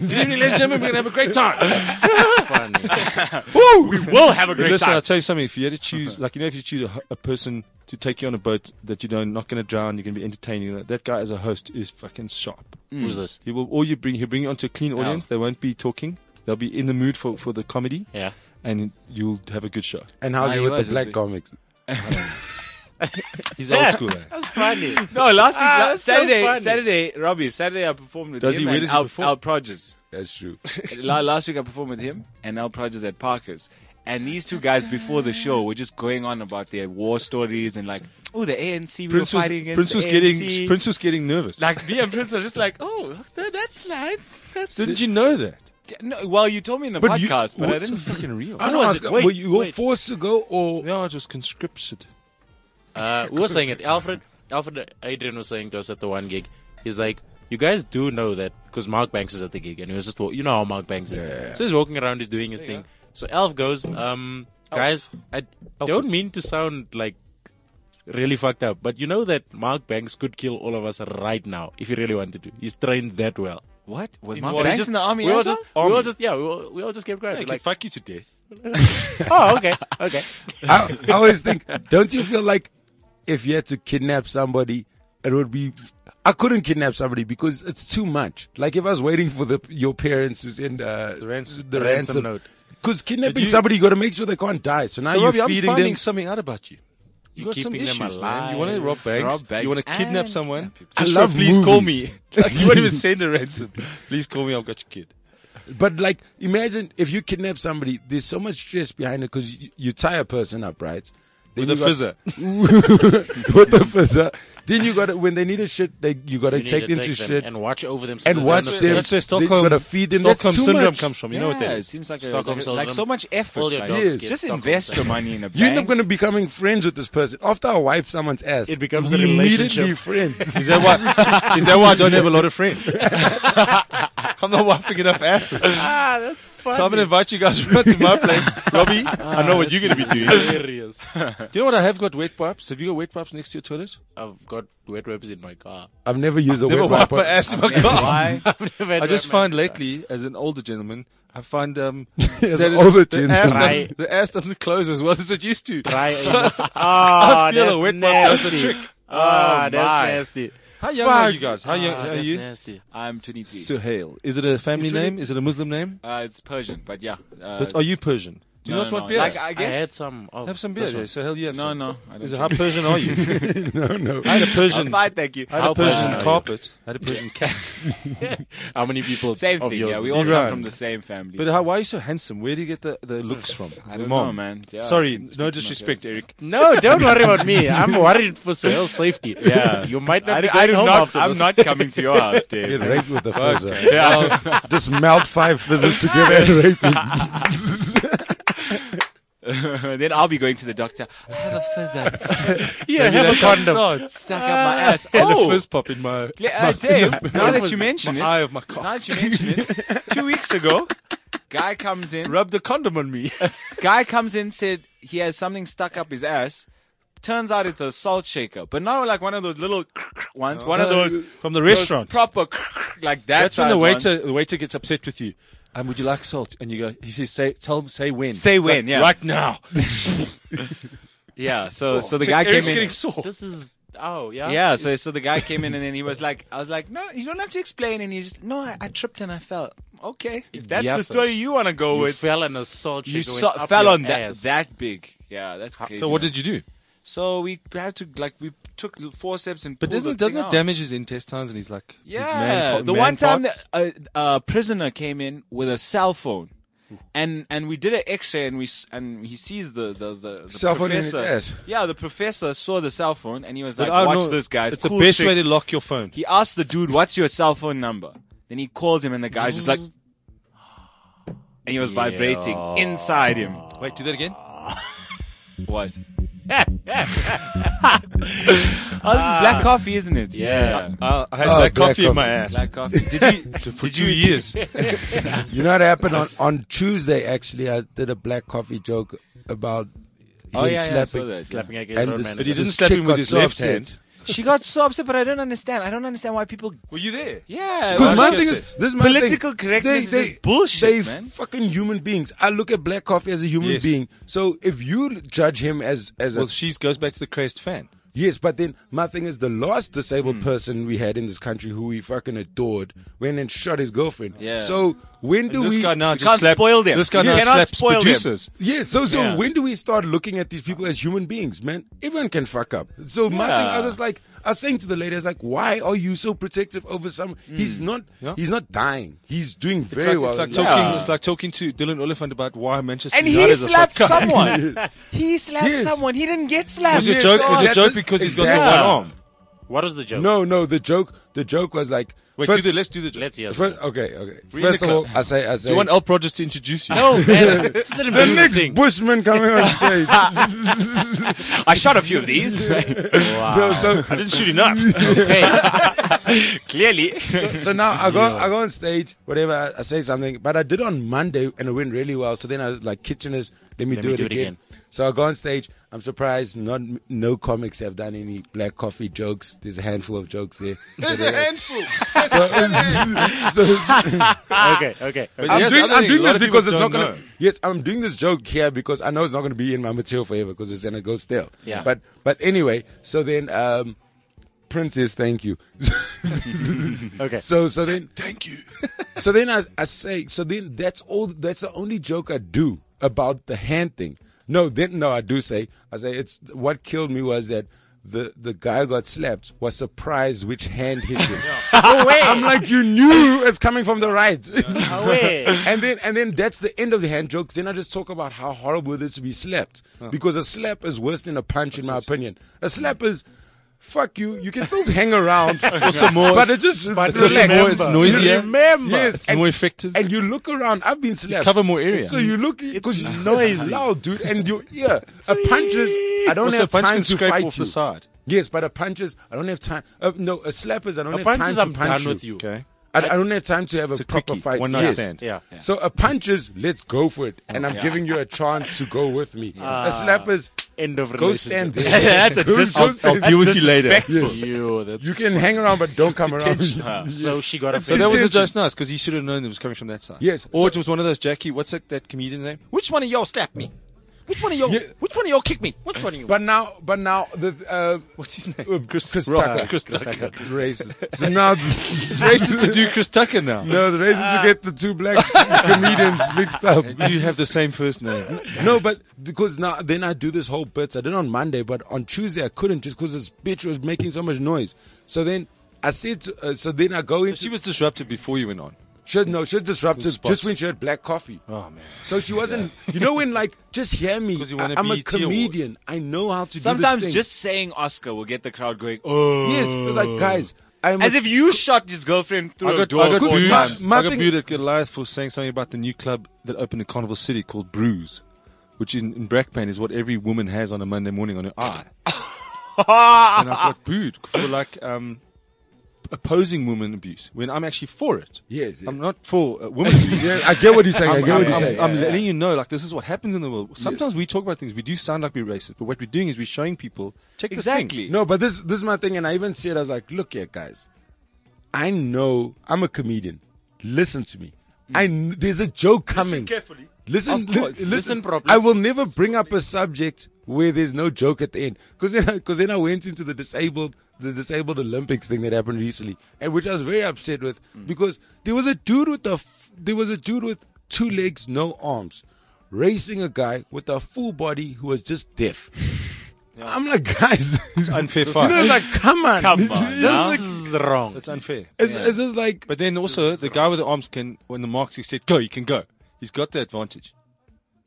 evening, ladies and gentlemen. We're gonna have a great time.
funny.
we will have a
Listen, I'll tell you something. If you had to choose, like you know, if you choose a, a person to take you on a boat that you know not going to drown, you're going to be entertaining. That guy as a host is fucking sharp.
Who's this?
He will, or you bring, he'll bring you onto a clean audience. They won't be talking. They'll be in the mood for, for the comedy,
Yeah.
and you'll have a good show.
And how's
Nah,
it
he
with
was,
the black
was he?
comics?
He's old school. Eh?
That's funny.
No, last week,
Ah,
la-
that's so
Saturday,
funny.
Saturday, Robbie, Saturday I performed with
Does
him
he- where
and
does he
Al,
perform?
Al Proges.
That's true.
La- last week I performed with him and Al Proges at Parker's. And these two guys before the show were just going on about their war stories and like, oh, the ANC we
Prince
were
was,
fighting against.
Prince
the
was
ANC."
getting Prince was getting nervous.
like me and Prince are just like, oh, th- that's nice. That's
Didn't you know that?
no, well, you told me in the
But you-
podcast, but I
what's-
didn't.
Fucking real.
I don't
was
ask,
it? Wait,
were you all
wait.
forced to go or?
Yeah, I just conscripted.
Uh, we were saying it. Alfred, Alfred, Adrian was saying to us at the one gig, he's like, you guys do know that because Mark Banks was at the gig and he was just, wa- you know how Mark Banks is. So he's walking around, he's doing his thing. So Alf goes, um, guys, I don't mean to sound like really fucked up, but you know that Mark Banks could kill all of us right now if he really wanted to. He's trained that well.
What? Was
We
Mark
all
Banks
just-
in the army?
We all
also?
just, we all just, yeah, we all, we all just kept quiet.
They
We're
can
Like,
fuck you to death.
oh, okay, okay.
I, I always think, don't you feel like if you had to kidnap somebody, it would be. I couldn't kidnap somebody because it's too much. Like if I was waiting for the your parents to send uh, the
ransom-
the
ransom
ransom
note.
Because kidnapping
you-
somebody, you got to make sure they can't die. So now
So
you're
Robbie, I'm
feeding
finding
them.
something out about you. You
You're
got some
keeping them
issues, man. You want to
alive.
rob banks?
Rob banks
You want to kidnap
and
someone?
kidnap people.
I
Just
love
for please call me.
movies.
Like, you won't even send a ransom. Please call me. I've got your kid.
But like, imagine if you kidnap somebody. There's so much stress behind it because you, you tie a person up, right? Then
The
you got-
fizzer.
with the fizzer. Then you got to when they need a shit, they you got to
You need
take
to
them
them
to shit and,
and watch over them. so that
and
they
watch
understand.
them.
That's where
Then you
Stockholm-
gotta feed them.
Stockholm
That's too
syndrome
much.
comes from. You know what
Yeah,
that
it
is.
seems like, a,
Stockholm
like,
syndrome.
like so much effort.
All your
like,
dogs
Yes.
get
Just
Stockholm
invest your
syndrome.
money in a bank.
You end up going to becoming friends with this person after I wipe someone's ass.
It becomes a
we
relationship.
Immediately friends.
Is that why? is that why I don't have a lot of friends? I'm not wiping enough asses. Ah, that's funny. So I'm gonna invite you guys around to my place, Robbie.
Ah,
I know what you're gonna be doing. Do
Hilarious.
you know what? I have got wet wipes. Have you got wet wipes next to your toilet?
I've got wet wipes in my car.
I've never used a
Never
wet
wipe
wipe.
my ass in my car.
Why?
I just find lately, as an older gentleman, I find um,
As
that
an
it-
older
the, ass
gentleman.
doesn't, the ass doesn't close as well as it used to.
Dry
So
anus.
I
Ah,
feel
that's
a wet wipe does
nasty.
the trick.
Ah, that's
my.
nasty.
How young are you guys? How young
Ah,
how are
that's
you?
nasty.
I'm 23.
Suhail. Is it a family
You're twenty-
name? Is it a Muslim name?
uh, it's Persian, but yeah. Uh,
But are you Persian? Do you
no,
not
no,
want
no.
beer?
Like, I
I
guess.
had some. Of
Have some beer,
this one.
yeah. So hell, you have
no,
some.
no. I don't
Is it,
drink.
how Persian are you?
no, no.
I had a
I'll
Persian. I
fight, thank you.
had a
Persian are
Persian
you?
carpet. I had a Persian cat.
How many people?
Same
of
thing,
yours
yeah. We
is
all
in
Iran.
come from the same family.
But how, why are you so handsome? Where do you get the, the looks from?
I don't
Mom.
know, man. Yeah, I
Sorry,
can speak
no
for
disrespect,
myself.
Eric.
No, don't worry about me. I'm worried for Suhail's safety.
Yeah.
You might not
I,
be
do-
going
I do
home
not,
after
I'm
this.
not coming to your house,
Get
dude.
raped with a fizzer.
yeah.
Just melt five fizzers together and rape him.
then I'll be going to the doctor. I have a fizzer
Yeah, have a condom.
stuck up my ass.
I had a
Oh,
fizz pop in my,
Cle- uh, Dave, now that you mention
my
it,
eye
now
of my car.
that you mention it, two weeks ago, guy comes in.
Rubbed a condom on me.
Guy comes in, said he has something stuck up his ass. Turns out it's a salt shaker, but not like one of those little ones. One of those
From the Uh, restaurant.
proper like that.
That's when the
size
waiter
ones.
the waiter gets upset with you. Um, would you like salt? And you go. He says, "Say, tell him, say when."
Say
It's
when,
like,
yeah.
Right now.
Yeah. So so the
So
guy
Oh. Eric's
came in.
getting sore.
This is. Oh, yeah?
Yeah, so so the guy came in and then he was like, I was like, no, you don't have to explain. And he's just, no, I, I tripped and I fell. Okay, if that's
Yeah,
the
so-
story you want to go
You
with,
fell on a salt
you
shaker went
so-
up
fell
your
on that
ass.
that big. Yeah, that's crazy.
So what
man.
did you do?
So we had to like we took forceps and.
But
pulled
doesn't
the thing
doesn't it
out.
damage his intestines and he's like his
Yeah,
man,
the one time that a, a prisoner came in with a cell phone. And and we did an X-ray and we s- and he sees the the, the, the
Cell phone in his
professor.
ass.
Yeah, the professor saw the cell phone and he was like,
I don't
"Watch
know,
this, guys!
It's
cool
the best
trick.
way to lock your phone.
He asked the dude, "What's your cell phone number?" Then he calls him, and the guy's just like, and he was vibrating inside him.
Wait, do that again.
What? oh, this is black coffee, isn't it?
Yeah.
Uh, I had
Oh,
black,
black
coffee in
coffee.
my ass.
black coffee. Did you?
for two years.
You know what happened on, on Tuesday? Actually, I did a black coffee joke about
oh
him
yeah, yeah. I saw
slapping.
that.
Slapping against
and
road
this,
manager.
But he didn't
this
slap
chick
him with
got
his
so
left
upset.
hand.
She got so upset, but I don't understand. I don't understand why people.
Were you there?
Yeah.
Because
why-
my thing is, this is my
Political
thing.
correctness
they,
is just bullshit,
They
man.
fucking human beings. I look at black coffee as a human
Yes.
being. So if you judge him as as
Well,
a
she goes back to the crazed fan.
yes, but then my thing is the last
Hmm.
disabled person we had in this country who we fucking adored went and shot his girlfriend.
Yeah.
So when do
this
we?
guy now just
can't
slapped-
spoil them.
This guy
You
now
cannot
slaps
spoil them.
producers.
yeah, so so
Yeah.
when do we start looking at these people as human beings, man? Everyone can fuck up. So my thing,
Yeah.
I was like, I was saying to the lady, I was like, why are you so protective over some? He's not,
Hmm. Yeah.
he's not dying. He's doing
It's
very
like,
well.
it's, like
in life.
talking,
Yeah.
it's like talking to Dylan Oliphant about why Manchester
and
United
he
is a
slapped
fuck cunt.
someone. he slapped
Yes.
someone. He didn't get slapped.
Was it a
Yes,
joke? Was it a
that's
joke
it.
because he's got
Exactly.
the one arm?
What was the joke?
No, no. The joke, the joke was like.
Wait,
first,
do the, let's do the joke.
Let's hear it.
first- okay, okay.
Read
First
the
of all, I say, I
Do
say.
you want Al Rogers to introduce you?
No, man. Just let him
the
do
next
thing.
bushman coming on stage.
I shot a few of these.
No, so,
I didn't shoot enough.
Clearly.
so now I go, I go on stage, whatever. I, I say something, but I did it on Monday and it went really well. So then I was like, Kitcheners, let me, do, it again. So I go on stage. I'm surprised not no comics have done any black coffee jokes. There's a handful of jokes there. There's a handful. so, so
okay, okay. okay.
I'm
Yes,
doing,
other
I'm
thing,
doing
a lot of
this
people
because it's
don't
not gonna.
know.
Yes, I'm doing this joke here because I know it's not gonna be in my material forever because it's gonna go stale.
Yeah.
But but anyway, so then um, Princess, thank you.
Okay.
So so then thank you. so then I, I say so then that's all that's the only joke I do about the hand thing. No, then no, I do say I say it's what killed me was that the the guy who got slapped was surprised which hand hit him.
Away.
I'm like, you knew it's coming from the right.
Away.
and then and then that's the end of the hand jokes. Then I just talk about how horrible it is to be slapped because a slap is worse than a punch, in my opinion. A slap is. Fuck you! You can still hang around,
also more-
but it just but
it's also more- it's noisier.
Remember, yes,
It's
and-
more effective.
and you look around. I've been slapped.
cover more area.
So you look because you know it's loud, dude. And your ear, a punch is. I don't
Also, a
have
punch
time
can
to
scrape
fight
off
you.
the side.
Yes, but a punch is. I don't have time. Uh, no, a slap is. I don't
A
have
punch
time
is
to
I'm
punch
done with you.
Okay.
I, I don't have time to have a
It's a
proper
quickie,
fight.
one night
Yes.
stand.
Yeah. yeah.
So a punch is let's go for it, and I'm giving you a chance to go with me. a slap is
End of
go
relationship.
stand there. that's a
I'll deal with you later.
Yes.
Yo, that's
You can hang around, but don't come around.
so she got
So that
offended.
was
Intention.
just nice because he should have known it was coming from that side.
Yes.
Or it
So-
was one of those Jackie. What's that, that comedian's name?
Which one of y'all slapped me? Which one of y'all?
Yeah.
Which one of y'all kicked me? Which one of you?
But now, but now the uh,
What's his
uh,
name?
Chris, Chris
Rock.
Tucker.
Chris Tucker.
racist. So now,
Racist to do Chris Tucker now.
no, the racist to get the two black comedians mixed up.
Do you have the same first name?
No, but because now then I do this whole bits. I did it on Monday, but on Tuesday I couldn't just because this bitch was making so much noise. So then I said, to, uh, so then I go into
She was disrupted before you went on.
she was, no, she was disruptive
Spot.
just when she had black coffee.
Oh man.
So she wasn't, you know, when like just hear me.
'Cause you
I,
won a
am a
BET award.
comedian. I know how to. do
Sometimes
this thing.
just saying Oscar will get the crowd going, oh.
yes, it's like guys. I'm
As
a-
if you shot his girlfriend through
I
a
got,
door
I got
four
booed.
times.
My
I got
thing-
booed at Goliath for saying something about the new club that opened in Carnival City called Brews, which in, in Brackpan is what every woman has on a Monday morning on her eye.
Ah!
and I got booed for like um, opposing women abuse when I'm actually for it.
Yes, yes.
I'm not for uh, women abuse.
Yeah, I get what you're saying. i
I'm,
get what
I'm-
you're
I'm-
saying.
I'm letting you know, like this is what happens in the world. Sometimes we talk about things, we do sound like we're racist, but what we're doing is we're showing people check this thing.
Exactly.
No, but this this is my thing, and I even said I was like, look here, guys, I know I'm a comedian. Listen to me. I kn- there's a joke coming.
carefully.
Of
Listen,
course.
li- listen
Listen properly.
I will never bring up a subject where there's no joke at the end, because then because then I went into the disabled the disabled Olympics thing that happened recently, and which I was very upset with because there was a dude with a f- there was a dude with two legs, no arms, racing a guy with a full body who was just deaf. I'm like, guys, it's
unfair fight.
You know, like, come on,
Come on, now.
This
this
is like-
is wrong.
It's unfair.
it's, it's just like,
But then also, the guy with the arms can, when the marks is said, go, you can go. He's got the advantage.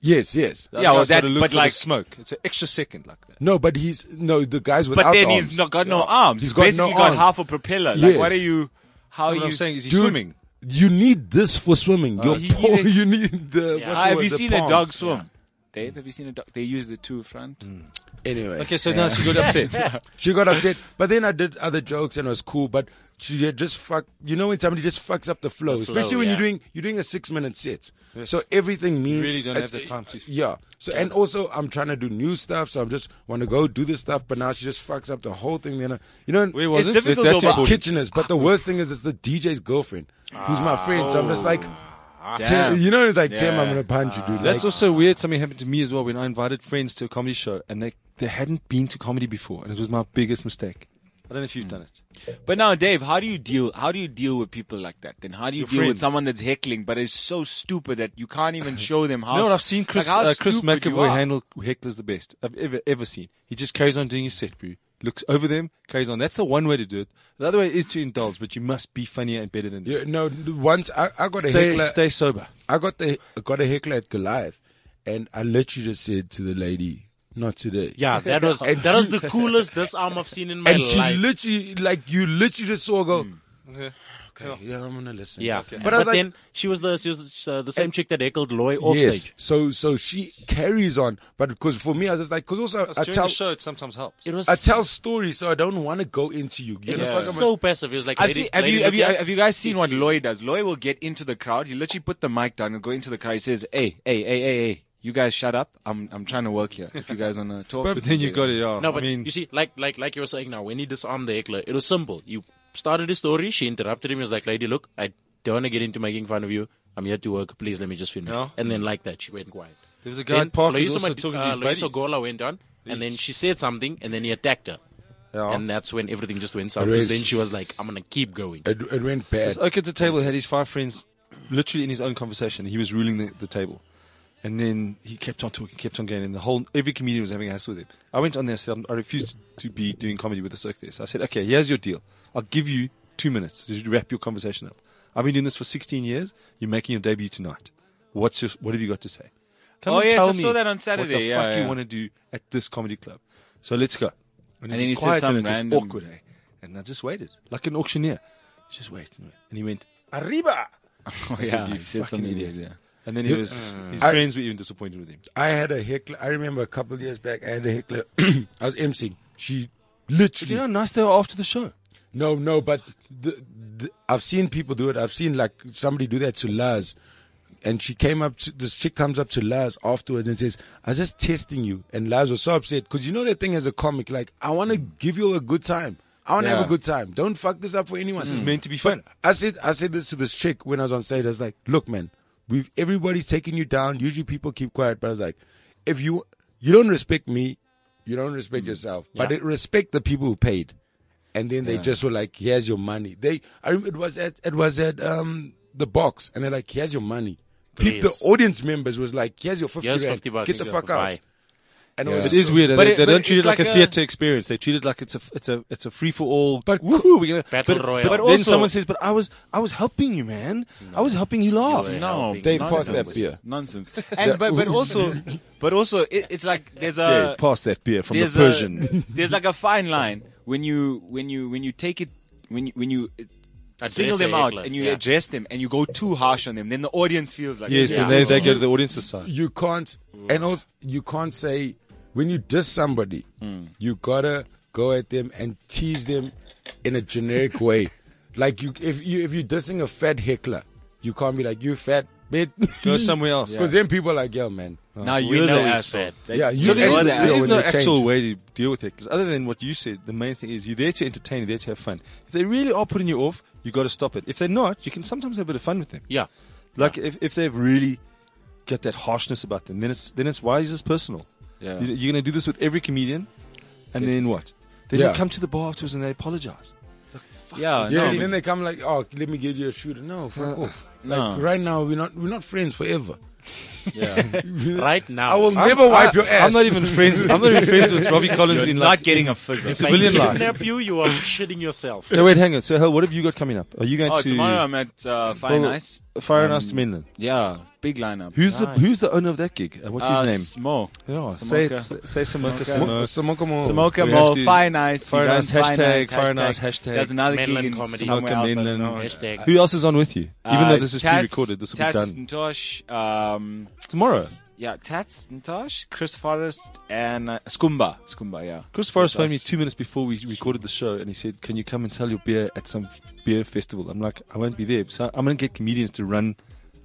yes, yes,
The
Yeah,
other
well,
guy's gotta
that-
look
but
for
like-
the smoke. It's an extra second like that.
no, but he's no, the guys without
But then
the
he's
arms.
not got no arms.
He's
He's
got
basically
no
got
arms.
half a propeller. Like,
Yes.
what are you? How are
What
Oh, you
I'm saying is he's
Dude,
swimming.
You need this for swimming. Your
you
paw-
need it.
you need the. what's the
Ah, have
word?
you
The
seen a
palms.
dog swim? Dave, have you seen a dog? They use the two front.
Mm.
Anyway,
Okay, so now she got upset.
she got upset, but then I did other jokes and it was cool. But she had just fuck. You know when somebody just fucks up the flow, especially when you're
yeah.
doing you're doing a six minute set. So everything means
really don't
it's-
have the time to-
Yeah. So and also I'm trying to do new stuff, so I'm just want to go do this stuff. But now she just fucks up the whole thing. Then I- you know
Where was
It's
it?
difficult
That's
though, but-
important.
Kitcheners, but the worst thing is it's the DJ's girlfriend who's my friend. So I'm just like,
Oh,
Tim- you know, it's like Tim, I'm gonna punch you, dude.
That's
Like,
also weird. Something happened to me as well when I invited friends to a comedy show and they, they hadn't been to comedy before and it was my biggest mistake. I don't know if you've done it.
But now, Dave, how do you deal? How do you deal with people like that? Then how do you
Your
deal with
friends.
someone that's heckling but is so stupid that you can't even show them how?
You know what?
s-
I've seen Chris
like, how
uh, Chris
stupid you
McAvoy
are.
handle hecklers the best I've ever ever seen. He just carries on doing his set, bro. Looks over them, carries on. That's the one way to do it. The other way is to indulge, but you must be funnier and better than them.
yeah, no. Once I, I got a
Stay,
heckler.
stay sober.
I got the got a heckler at Goliath, and I literally just said to the lady, "Not today."
yeah, that was
And
that was
she-
the coolest this arm I've seen in my
and she
life. Mm.
literally, like, you literally just saw her go. Okay, yeah, I'm gonna listen.
yeah,
but,
but,
I was like,
then she was the she was uh, the same chick that heckled Loy off
yes.
stage.
So so she carries on, but because for me, I was just like, because also I
During
tell
the show, it sometimes helps.
It was
I tell stories, so I don't want to go into you. You
It
know,
was
like I'm a-
so passive. He was like,
I've
lady,
seen, have,
lady,
you, have, you,
look
have you guys seen what Loy does? Loy will get into the crowd. He literally put the mic down and go into the crowd. He says, "Hey, hey, hey, hey, hey, you guys shut up. I'm I'm trying to work here. If you guys wanna talk."
But then you got it. Yeah.
No, but
I mean,
you see, like like like you were saying now, when he disarmed the heckler, it was simple. You started his story, she interrupted him, he was like, Lady, look, I don't wanna get into making fun of you. I'm here to work, please let me just finish.
Yeah.
And then like that, she went quiet.
there was a guy at Park who was
Loiso
also
Mat-
talking
uh,
to his
Loiso
buddies.
Gola went on and then she said something and then he attacked her.
Yeah.
And that's when everything just went south. Because
Raised-
then she was like, I'm gonna keep going.
it, it went bad.
This oak at the table had his five friends literally in his own conversation. He was ruling the, the table. And then he kept on talking, kept on going, and the whole every comedian was having a hassle with him. I went on there and said, I refuse to be doing comedy with the circus. I said, okay, here's your deal. I'll give you two minutes to wrap your conversation up. I've been doing this for 16 years. You're making your debut tonight. What's your, what have you got to say? Come
Oh,
and
yes,
tell
I
me
saw that on
What the
Saturday. Yeah,
fuck you
yeah.
want to do at this comedy club? So let's go.
And then
And, it was
he said
quiet
some
and it was
random-
awkward, eh? And I just waited, like an auctioneer. Just wait. and wait. And he went, Arriba!
Oh,
said, "You
he said
fucking
something,
idiot."
yeah.
And then he was, his
I-
friends were even disappointed with him.
I had a heckler. I remember a couple of years back, I had a heckler. I was emceeing. She literally.
You know, how nice they were after the show.
no, no, but the, the, I've seen people do it. I've seen like somebody do that to Laz. And she came up to, this chick comes up to Laz afterwards and says, I was just testing you. And Laz was so upset because you know that thing as a comic, like, I want to give you a good time. I want to have
Yeah.
a good time. Don't fuck this up for anyone.
It's meant to be fun.
I said I said this to this chick when I was on stage. I was like, "Look, man, we've everybody's taking you down. Usually people keep quiet, but I was like, if you you don't respect me, you don't respect
Mm.
yourself. But it, respect the people who paid." And then they just were like, "Here's your money." They I remember it was at it was at um the box, and they're like, "Here's your money." Peop- the
Please.
audience members was like, "Here's your fifty
Here's
rand.
50 bucks.
Get the
Yeah.
fuck
Bye.
out." And it was
It is weird. eh?
But
they,
it-
they
but
don't treat
it's
it like,
like
a
a-
theater experience. They treat it like it's a it's a it's a free for all.
But-
woohoo, we're gonna
Battle
but,
royale.
But
But
then
also-
someone says, "But I was I was helping you, man. I was helping you laugh."
You were.
No,
They
nonsense.
passed that beer.
Nonsense. And but but also, but also, it, it's like there's a
Dave, pass that beer from the
there's
Persian.
a there's like a fine line when you when you when you take it when you, when you
Address
single them
a
out
heckler,
and you
yeah.
address them and you go too harsh on them, then the audience feels like
yes,
yeah.
and they, they go to the audience's side.
you can't and also you can't say when you diss somebody
Hmm.
you gotta go at them and tease them in a generic way like you if you if you're dissing a fat heckler you can't be like you fat bit
Go somewhere else. Uh,
because then people are like yo man
now
We
you're the
know it's
asshole.
bad.
yeah you
So
there's- the
there is,
actually feel
there is
when
no
you change.
actual way to deal with it because other than what you said, the main thing is you're there to entertain, you're there to have fun. If they really are putting you off, you got to stop it. If they're not, you can sometimes have a bit of fun with them.
Yeah.
Like if, if they've really got that harshness about them, then it's then it's why is this personal?
Yeah.
You, you're going to do this with every comedian, and then what? Then
Yeah.
they come to the bar afterwards and they apologize.
Yeah,
yeah
no.
and then they come like oh let me get you a shooter no fuck
Uh,
off
No.
like right now we're not we're not friends forever
Right now.
i will never wipe
I-
your ass
I'm not even friends. I'm not even friends with Robbie Collins in like,
not getting a fizz.
in
up.
If I
civilian life.
kidnap you, you are shitting yourself.
No, wait, hang on. So, hell, what have you got coming up? Are you going
Oh,
to
tomorrow Um, I'm at uh, Fire and
Well,
Ice.
Fire and Ice to Mainland?
Yeah, big lineup.
Who's
nice.
the Who's the owner of that gig? Uh, what's
uh,
his name?
Smo.
Yeah,
Samoka.
say say Samoka.
Mo-
Samoka.
Samo, come on.
Smoker
Oh, we
Mo,
have to-
Fire and Ice.
Fire and Ice, hashtag, Fire and Ice, hashtag.
There's another
Mainland
gig in
comedy.
somewhere
Samoka
else. I don't
mainland.
know.
Hashtag.
Who else is on with you? Even
Uh,
though this is
Tats-
pre-recorded, this will be
Tats
done
Ntosh, um,
tomorrow.
yeah, Tats Ntosh, Chris Forrest, and uh, Skumba. Skumba, yeah.
Chris Forrest
Ntosh.
phoned me two minutes before we recorded the show, and he said, "Can you come and sell your beer at some beer festival?" I'm like, "I won't be there, so I'm going to get comedians to run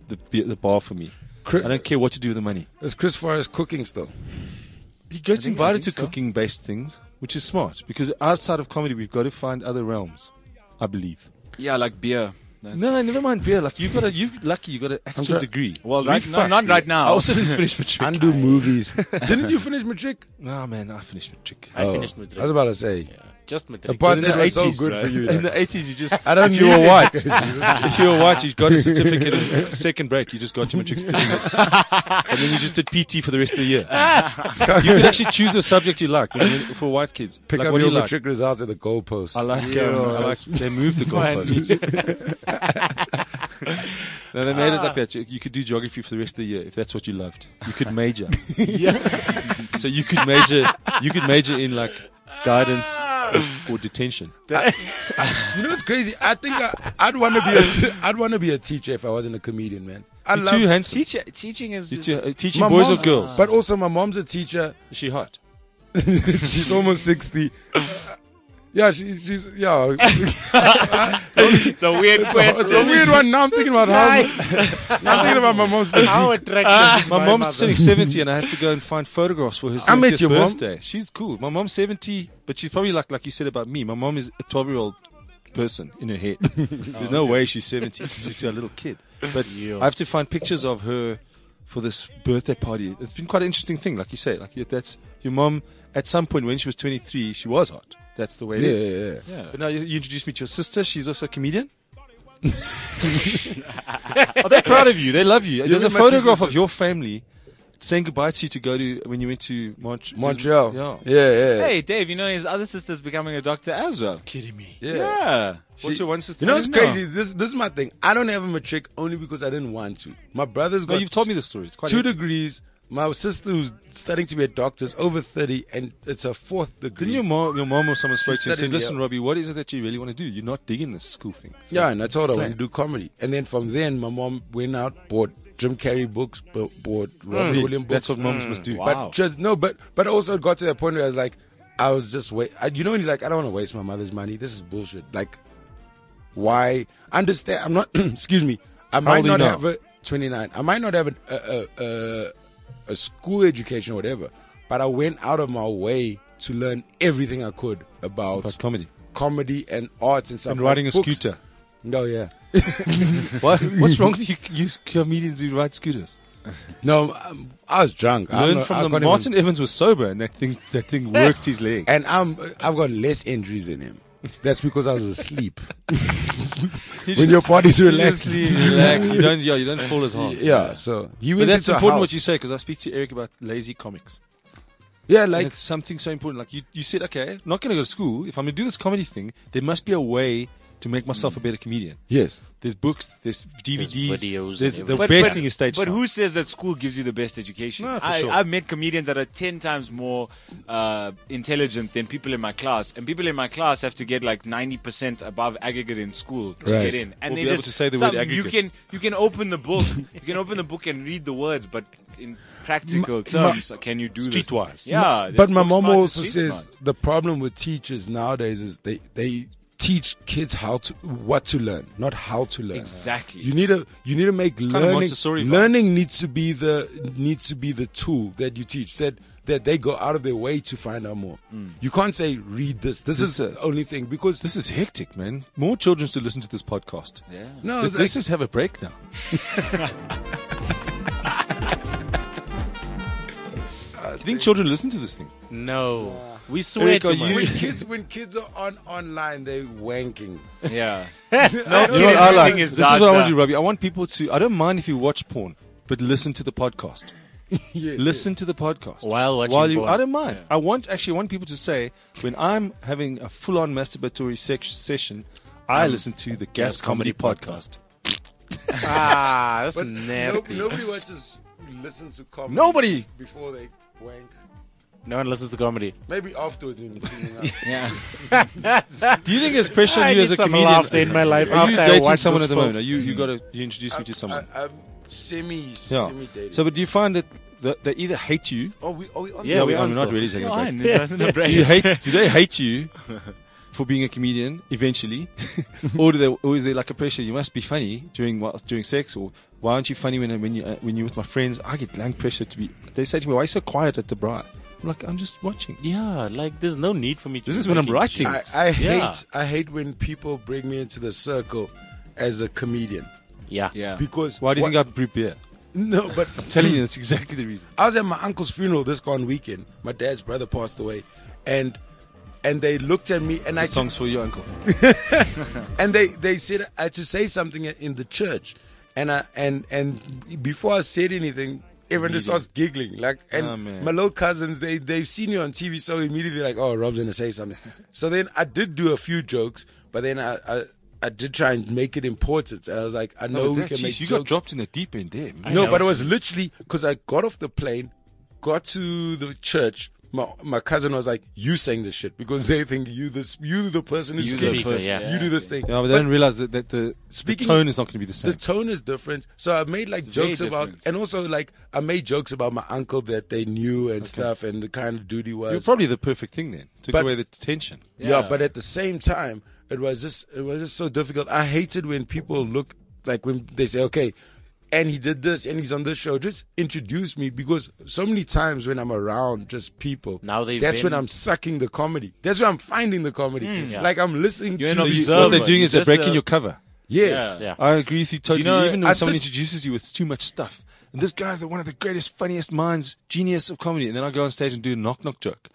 the beer, the bar for me. I
Chris,
don't care what you do with the money."
is Chris Forrest cooking still?
He gets
think- I
invited to
think so.
cooking-based things, which is smart because outside of comedy, we've got to find other realms. I believe.
Yeah, like beer. That's-
No, no, never mind beer. Like you've got a, you lucky you got an actual
sorry.
degree.
Well,
We
right, no,
fucked.
not right
I
now.
also didn't finish my trick.
Undo movies. Didn't you finish Matric?
No, man, I finished my trick.
I
Oh,
finished Madrid.
I was about to say.
Just Madrid.
in the
Apartheid was so
80s,
good
bro.
for you.
In
like.
the eighties, you just
I don't
if you
need
were
it.
white, if you were white, you got a certificate. of second break, you just got your matrix certificate, and then you just did PT for the rest of the year. you could actually choose a subject you like when you- for white kids.
Pick
like,
up
what do
your
you like?
matric results at the goalpost.
I like,
Yeah,
um, I like
that's-
they moved the goalposts. no, they made it like that. You, you could do geography for the rest of the year if that's what you loved. You could major. so you could major. You could major in like guidance or detention.
you know what's crazy? I think I, I'd want to be a t- I'd want to be a teacher if I wasn't a comedian, man. I
You
love
too handsome.
Teacher, teaching is.
You
is-
too- uh, teaching
my
boys
mom- Ah.
or girls?
But also, my mom's a teacher.
Is she hot?
she's almost sixty. Yeah, she's she's yeah.
it's a weird
it's a weird one. Now I'm thinking about how. Now I'm thinking about my mom's.
How
Physique.
attractive is
My, mom's
mother?
turning 70 and I have to go and find photographs for her 70th
I met your mom.
birthday. She's cool. My mom's 70, but she's probably like, like you said about me. My mom is a 12 year old person in her head. There's no way she's 70. She's a little kid. But
Yeah.
I have to find pictures of her for this birthday party. It's been quite an interesting thing, like you say. Like you- that's your mom. At some point when she was 23, she was hot. That's the way it
Yeah,
is.
yeah, yeah.
But now you, you introduced me to your sister. She's also a comedian. Are they proud of you? They love you. There's a
mean, my two
photograph of
sisters.
your family saying goodbye to you to go to when you went to Mont-
Montreal.
Yeah.
Yeah, yeah.
Hey, Dave, you know his other sister's becoming a doctor as well.
Kidding me.
yeah.
Yeah.
What's your one sister?
You know
I
what's
didn't
crazy? This this is my thing. I don't have a matric only because I didn't want to. My brother's got
No, you've told me the story. It's quite
two
interesting.
degrees. My sister who's studying to be a doctor is over thirty, and it's her fourth degree.
Didn't your mom, your mom or someone spoke to you and said,
studied me
"Listen,
up."
Robbie, what is it that you really want to do? You're not digging this school thing." So
Yeah, and I told her I
Plan.
want to do comedy. And then from then, my mom went out, bought Jim Carrey books, bu- bought Robin
see,
Williams books.
Hmm. that's what moms must do.
But just no, but but also it got to that point where I was like, I was just wait. I, you know, when you're like, I don't want to waste my mother's money. This is bullshit. Like, why? Understand? I'm not. excuse me. I might
old are
not
you now?
have a 29. I might not have a a, a, a a school education or whatever. But I went out of my way to learn everything I could about,
About comedy.
comedy and arts and stuff.
And
like
riding a
books.
scooter.
No, yeah.
What, what's wrong with you, you comedians who ride scooters?
No, um, I was drunk. I'm
Learn
not- I
from the
can't
Martin
even-
Evans was sober, and that thing that thing worked his leg.
and I'm I've got less injuries than him. That's because I was asleep. when your body's relaxed,
Seriously, relax. You don't, yeah, you don't fall as hard.
yeah. So he
But
went
that's
into a
important what
house.
you say because I speak to Eric about lazy comics.
Yeah,
Like,
like
it's something so important. Like you, you said, okay, I'm not going to go to school. If I'm going to do this comedy thing, there must be a way to make myself a better comedian.
yes.
There's books, there's DVDs,
videos and
there's the
everything.
best thing is stage
But
time.
who says that school gives you the best education?
No, for
I,
sure.
I've met comedians that are ten times more uh, intelligent than people in my class, and people in my class have to get like ninety percent above aggregate in school to
Right.
get in, and
Or
they
be able
just
to say the
some-
word
You can
aggregate.
you can open the book, you can open the book and read the words, but in practical terms, can you do Ah, this?
Streetwise.
Yeah,
But
there's
my
book
mom
smart and
also
street
says
smart.
the problem with teachers nowadays is they they teach kids how to what to learn, not how to learn.
Exactly.
You need to you need to make
kind of
learning
Montessori vibe.
learning needs to be the needs to be the tool that you teach that that they go out of their way to find out more. You can't say read this. This, is
is a-
the only thing because
This is hectic, man. More children should listen to this podcast.
no
Let's,
it's
let's just have a break now. Do you think children listen to this thing?
No. We swear
Eric, are
to
you-
you.
like, when kids when kids are on online they wanking.
yeah.
No,
kid is using his
This is what I want
data.
to do, Robbie. I want people to. I don't mind if you watch porn, but listen to the podcast. listen to the podcast
While watching
While you,
porn.
I don't mind. I want actually I want people to say when I'm having a full-on masturbatory sex session,
Um,
I listen to the Gas Comedy, podcast.
Ah, that's
Nope,
nasty.
nobody watches listens to comedy
Nobody.
before they wank.
No one listens to comedy.
Maybe afterwards when you're cleaning up.
Yeah.
Do you think it's pressure on
I
you
need
as a
some
comedian?
laughter in my life
Are you
after I
dating
watch
someone
this
at the
film.
moment? Are you you got to you introduce
Uh,
me to someone?
I, am semi
yeah.
semi dating.
So, but do you find that that they either hate you?
are Oh, we are we on
Yeah,
No,
we
we,
are
I'm not
still.
really saying that.
Fine.
Do you hate? Do they hate you for being a comedian eventually, or do they? Or is there like a pressure? You must be funny during whilst during sex, or why aren't you funny when when you uh, when you're with my friends? I get blank pressure to be. They say to me, "Why are you so quiet at the bar?" I'm like, "I'm just watching."
Yeah, like there's no need for me to.
This
be
is when I'm
making
writing.
shit.
I, I hate
Yeah.
I hate when people bring me into the circle as a comedian
Yeah.
Yeah.
because
Why do you
what-
think I brew beer?
no but
I'm telling you, that's exactly the reason.
I was at my uncle's funeral this gone weekend my dad's brother passed away and and they looked at me and I
The songs for your uncle.
and they they said I had to say something in the church, and I and and before I said anything, everyone just starts giggling. Like and
Oh, man.
my little cousins, they they've seen you on TV, so immediately like, oh, Rob's gonna say something. so then I did do a few jokes, but then I. I I did try and make it important. I was like, I know we
Jeez,
can make
you got
jokes.
dropped in the deep end there. Man.
No,
know.
but it was literally because I got off the plane, got to the church. My, my cousin was like, "You sang this shit because they think you this you the person who's
You
the
speaking.
speaker, yeah.
you do this thing."
Yeah, but
But-
they don't realize that, that the, the
Speaking-
tone is not going to be the same.
the tone is different. So I made like
very
jokes about,
different.
and also like I made jokes about my uncle that they knew and stuff, and the kind of duty was.
You're probably the perfect thing then. Took
But-
away the tension.
Yeah.
yeah. but at the same time, it was just it was just so difficult. I hated when people look like when they say, "Okay," and he did this, and he's on this show. Just introduce me because so many times when I'm around just people,
Now they've
that's when
been- Hmm.
I'm sucking the comedy. That's when I'm finding the comedy. Like I'm listening
You're
to
an
you-
observer.
What they're doing is they're
Just
breaking
a-
your cover.
Yes,
Yeah.
I agree with you totally.
you know-
Even
I
when someone
said-
introduces you with too much stuff, and this guy's the, one of the greatest, funniest minds, genius of comedy, and then I go on stage and do a knock knock joke.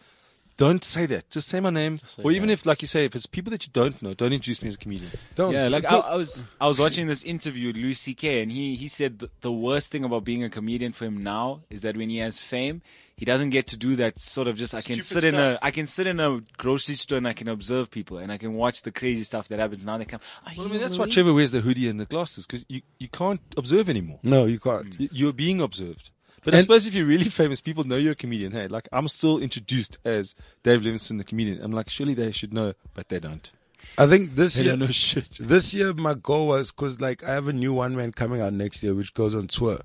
Don't say that. Just say my name.
say
or even
that.
if, like you say, if it's people that you don't know, don't introduce me as a comedian.
Don't.
Yeah, like I,
Cool.
I was I was watching this interview with Louis C.K. and he he said th- the worst thing about being a comedian for him now is that when he has fame, he doesn't get to do that sort of just I can
Stupid
sit in a I can sit in a grocery store and I can observe people and I can watch the crazy stuff that happens. Now they come. "Are
Well, I
you
mean, that's why
Louis?"
Trevor wears the hoodie and the glasses because you, you can't observe anymore.
no, you can't.
Y- You're being observed. But I suppose if you're really famous, people know you're a comedian. Hey, like I'm still introduced as Dave Levinson, the comedian. I'm like, surely they should know, but they don't.
I think this
They
year,
don't know shit.
this year my goal was because like I have a new one man coming out next year, which goes on tour.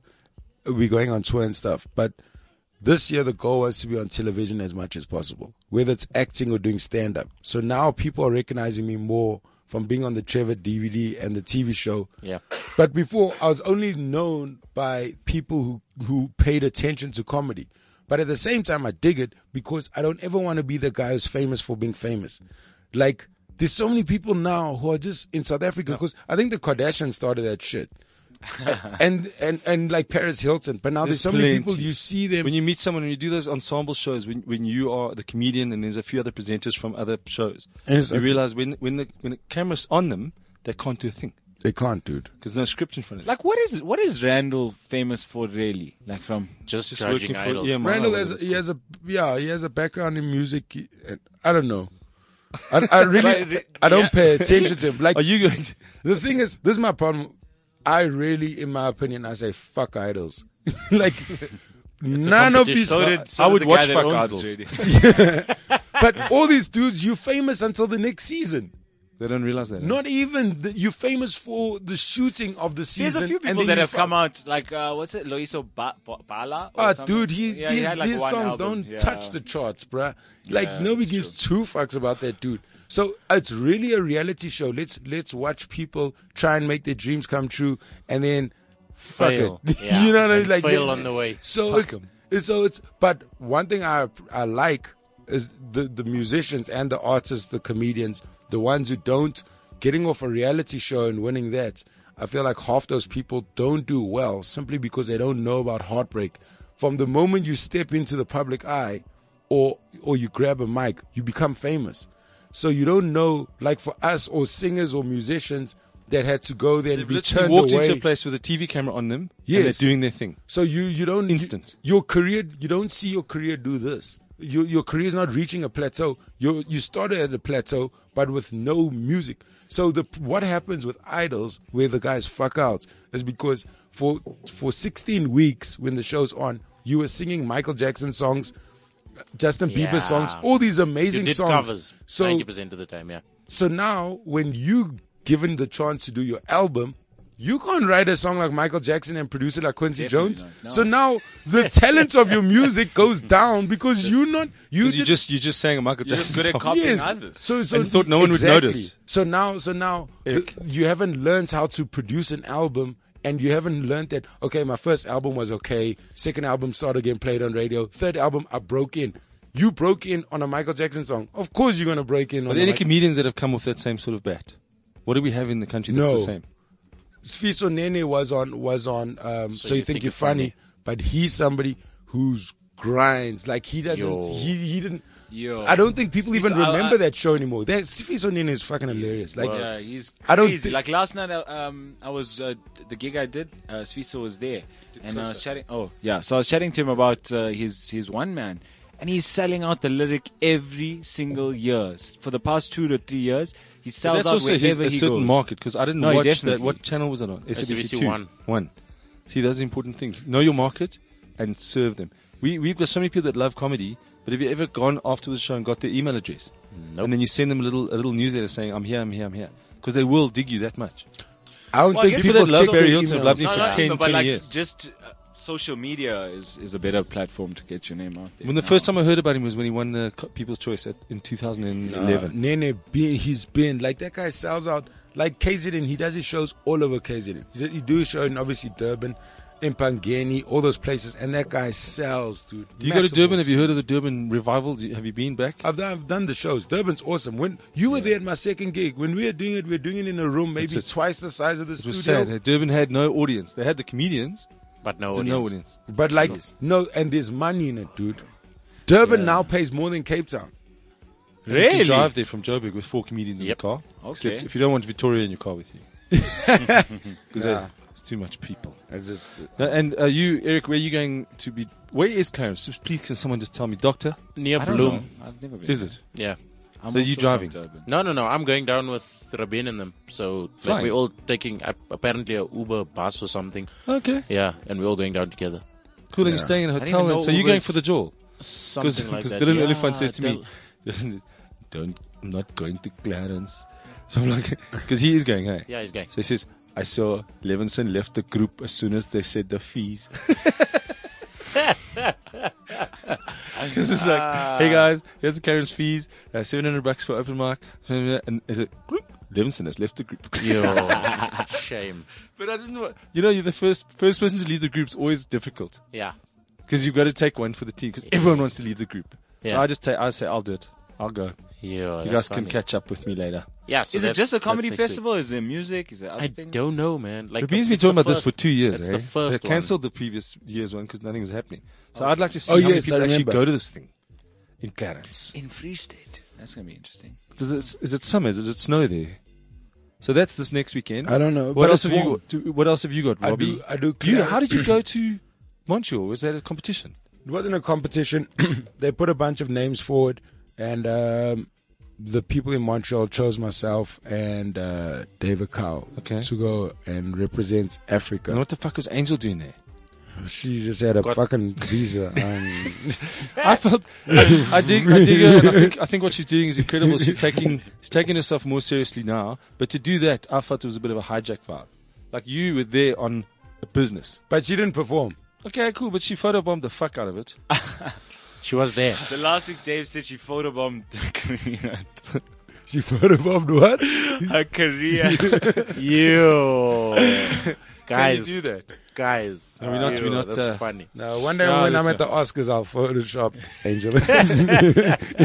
We're going on tour and stuff, but this year the goal was to be on television as much as possible, whether it's acting or doing stand up. So now people are recognizing me more from being on the Trevor DVD and the TV show.
Yeah.
But before I was only known by people who who paid attention to comedy. But at the same time I dig it because I don't ever want to be the guy who's famous for being famous. Like there's so many people now who are just in South Africa because I think the Kardashians started that shit. and and and like Paris Hilton, but now there's, so many people
plenty.
you see them
When you meet someone and you do those ensemble shows, when when you are the comedian and there's a few other presenters from other shows,
And it's
you
like-
realize when when the when the camera's on them, they can't do a thing
They can't, dude.
because no script in front of them.
Like what is what is Randall famous for really? Like from
Just,
Just
judging
working for
idols.
EMI,
Randall
whatever
has
it's
he
called.
has a yeah he has a background in music. He- I don't know. I, I really I don't pay attention to him. Like
Are you going? To,
the thing is, this is my problem. I really, in my opinion, I say fuck idols. like none of these.
So did, so
I
did
would
the guy
watch
that
Fuck
owns
Idols.
this radio.
but all these dudes, you famous until the next season.
they don't realize that. eh?
Not even the, you famous for the shooting of the season.
There's a few
and
people
then
that
you
have
fuck.
come out like uh, what's it Loiso ba- ba- Bala? or
Ah,
something?
dude, he,
Yeah,
these,
had, like,
these
one
songs
album.
don't
Yeah.
touch the charts, bruh. Like
Yeah,
nobody
that's
gives two fucks about that dude. So it's really a reality show. Let's let's watch people try and make their dreams come true, and then fuck
Fail.
it.
Yeah.
you know what I mean?
And
Like
fail
they-
on the way.
So it's, it's so it's. But one thing I I like is the the musicians and the artists, the comedians, the ones who don't getting off a reality show and winning that. I feel like half those people don't do well simply because they don't know about heartbreak. From the moment you step into the public eye, or or you grab a mic, you become famous. So you don't know, like for us or singers or musicians that had to go there and
They've
be
literally
turned
walked
away.
into a place with a TV camera on them. and
Yes.
they're doing their thing.
So you you don't
Instant.
you- your career you don't see your career do this. Your your career is not reaching a plateau. You you started at a plateau, but with no music. So the what happens with idols where the guys fuck out is because for for 16 weeks when the show's on, you were singing Michael Jackson songs, Justin
Yeah.
Bieber songs, all these
You
amazing
did
songs.
covers
so
90% of the time, yeah.
so now, when you given the chance to do your album, you can't write a song like Michael Jackson and produce it like Quincy
Definitely
Jones.
not. No.
So now the talent of your music goes down because you're not you,
Because you
did-
just you just sang a Michael Jackson
good at
song.
copy- copying others.
So, so
And thought no one would
exactly.
notice.
So now, so now th-
Eric.
you haven't learned how to produce an album, and you haven't learned that. Okay, my first album was okay. Second album started getting played on radio. Third album, I broke in. You broke in on a Michael Jackson song. Of course, you're gonna break in.
But
on a
any
Michael-
comedians that have come with that same sort of bat, what do we have in the country that's
No.
the same?
Sfiso Nene was on was on um, so, you, think, you're funny,
funny.
but he's somebody who's grinds like he doesn't
Yo.
he he didn't
Yo.
I don't think people even
Sfiso- I-
remember
I-
that show anymore. That Sfiso Nene is fucking hilarious. Like
Yeah, he's crazy.
I don't think-
like last night. uh, Um, I was uh, the gig I did. Uh, Sviso was there, and I was chatting. Oh, yeah. So I was chatting to him about uh, his his one man, and he's selling out the lyric every single year S- for the past two to three years. He sells
That's
out
also his,
wherever
a
he
certain
goes.
market because I didn't
No,
watch that.
definitely.
What channel was it on?
SABC
two.
one.
One. See, those are important things. Know your market and serve them. We we've got so many people that love comedy, but have you ever gone after the show and got their email address?
Nope.
And then you send them a little a little newsletter saying, "I'm here, I'm here, I'm here," because they will dig you that much.
I don't
Well, I
think
guess
people
people that love
check their
Barry Hilton
emails.
love me
No,
for
not
10,
even, but
20
like
years.
just uh, social media is is a better platform to get your name out there.
When the
now.
first time I heard about him was when he won the Co- People's Choice at, in
Uh,
2011.
Nene, been, he's been like that guy sells out like KZN. He does his shows all over KZN. He, he do his show in obviously Durban, in Pangeni, all those places, and that guy sells, dude.
Do you go to
Massive Uh,
Durban?
shows.
Have you heard of the Durban revival? Do you- have you been back?
I've done, I've done the shows. Durban's awesome. When you were there at my second gig, when we were doing it, we were doing it in a room maybe
That's it.
twice the size of the
It was
studio.
sad. uh, Durban had no audience. They had the comedians,
But no
but
audience.
no audience.
But like no, and there's money in it, dude. Durban now pays more than Cape Town.
And You
Really?
can drive there from Joburg with four comedians
Yep.
in the car.
Okay.
Except if you don't want Victoria in your car with you. Because
Yeah.
it's too much people.
It's just
No, and uh, you, Eric, where are you going to be? Where is Clarence? Just Please, can someone just tell me, Doctor?
Near
I don't
Bloom.
know. I've never been.
Is it?
Yeah.
I'm
So you
also from
driving?
Durban.
No, no, no. I'm going down with Rabin and them. So like,
Fine.
we're all taking uh, apparently a Uber bus or something.
Okay.
Yeah, and we're all going down together.
Cool. And
Yeah.
you're staying in a
didn't
hotel.
even
And
know
so you're
Uber
going
is-
for the jaw.
Something like that.
Dylan
yeah,
Elephant says to
Dylan-
me, "Don't, I'm not going to Clarence." So I'm like, because he is going, hey.
Yeah, he's going.
So he says, "I saw Levinson left the group as soon as they said the fees." Because it's like, hey
Ah.
guys, here's the Clarence fees, uh, seven hundred bucks for open mic, and is it group? Levinson has left the group.
Yo, shame.
but I didn't. Want, you know, you're the first first person to leave the group's always difficult
Yeah.
because you've got to take one for the team because everyone wants to leave the group. So
Yeah.
I just take, I say, I'll do it. I'll go.
Yo,
You
that's
guys can
funny.
catch up with me later.
Yeah. So
Is it
that's-
just a
that's
comedy
next week.
festival? Is there music? Is there other
I
things?
don't know, man. Like
Rabin's been
it's the
talking about this for
first-
two years.
That's
eh?
the first
They
one.
cancelled the previous year's one because nothing was happening. So I'd like to see
Oh,
how many
yes, I
people actually
remember.
go to this thing in Clarence.
In Free State. That's gonna be interesting.
Does it, is it summer? Does it snow there? Uh, So that's this next weekend.
I don't know.
What
but
else
it's
have you?
warm.
Got, do- what else have you got,
I
Robbie?
do. I do.
You- how did you go to Montreal? Was that a competition?
It wasn't a competition. they put a bunch of names forward, and um, the people in Montreal chose myself and uh, David Cow
Okay.
to go and represent Africa.
And what the fuck was Angel doing there?
She just had a fucking visa. Um,
I felt I, I dig I dig her and I think I think what she's doing is incredible. She's taking she's taking herself more seriously now. But to do that, I felt it was a bit of a hijack vibe. Like you were there on a business.
but she didn't perform.
Okay, cool, but she photobombed the fuck out of it.
She was there.
The last week Dave said she photobombed her career.
She photobombed what?
Her career.
Yo,
Can
guys,
you do that?
guys.
Are we not-
Yo,
we not,
that's
uh,
funny.
No, one day
No,
when I'm
that's
at the Oscars, I'll Photoshop Angel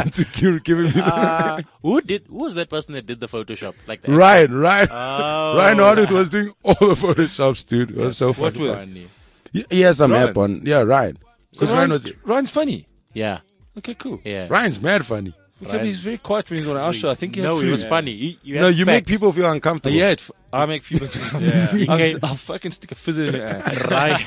into gi- giving me the
Uh, who did? Who was that person that did the Photoshop? Like that?
Ryan. Ryan,
Oh,
Ryan Hardwick was doing all the Photoshops, dude. It was so
What
funny.
funny?
Y- He has some
Ryan.
app on. Yeah, Ryan. Because Ryan
Ryan's,
was,
Ryan's funny.
Yeah,
Okay, cool.
yeah.
Ryan's mad funny.
Okay, but he's very quiet when he's on our show. I think he had
no, it
flu.
was funny. He, you had
No, you make
facts.
people feel
Uh,
uncomfortable.
yeah, it, f- I make people.
Yeah.
I'll, I'll fucking stick a fizz in your ass.
Ryan,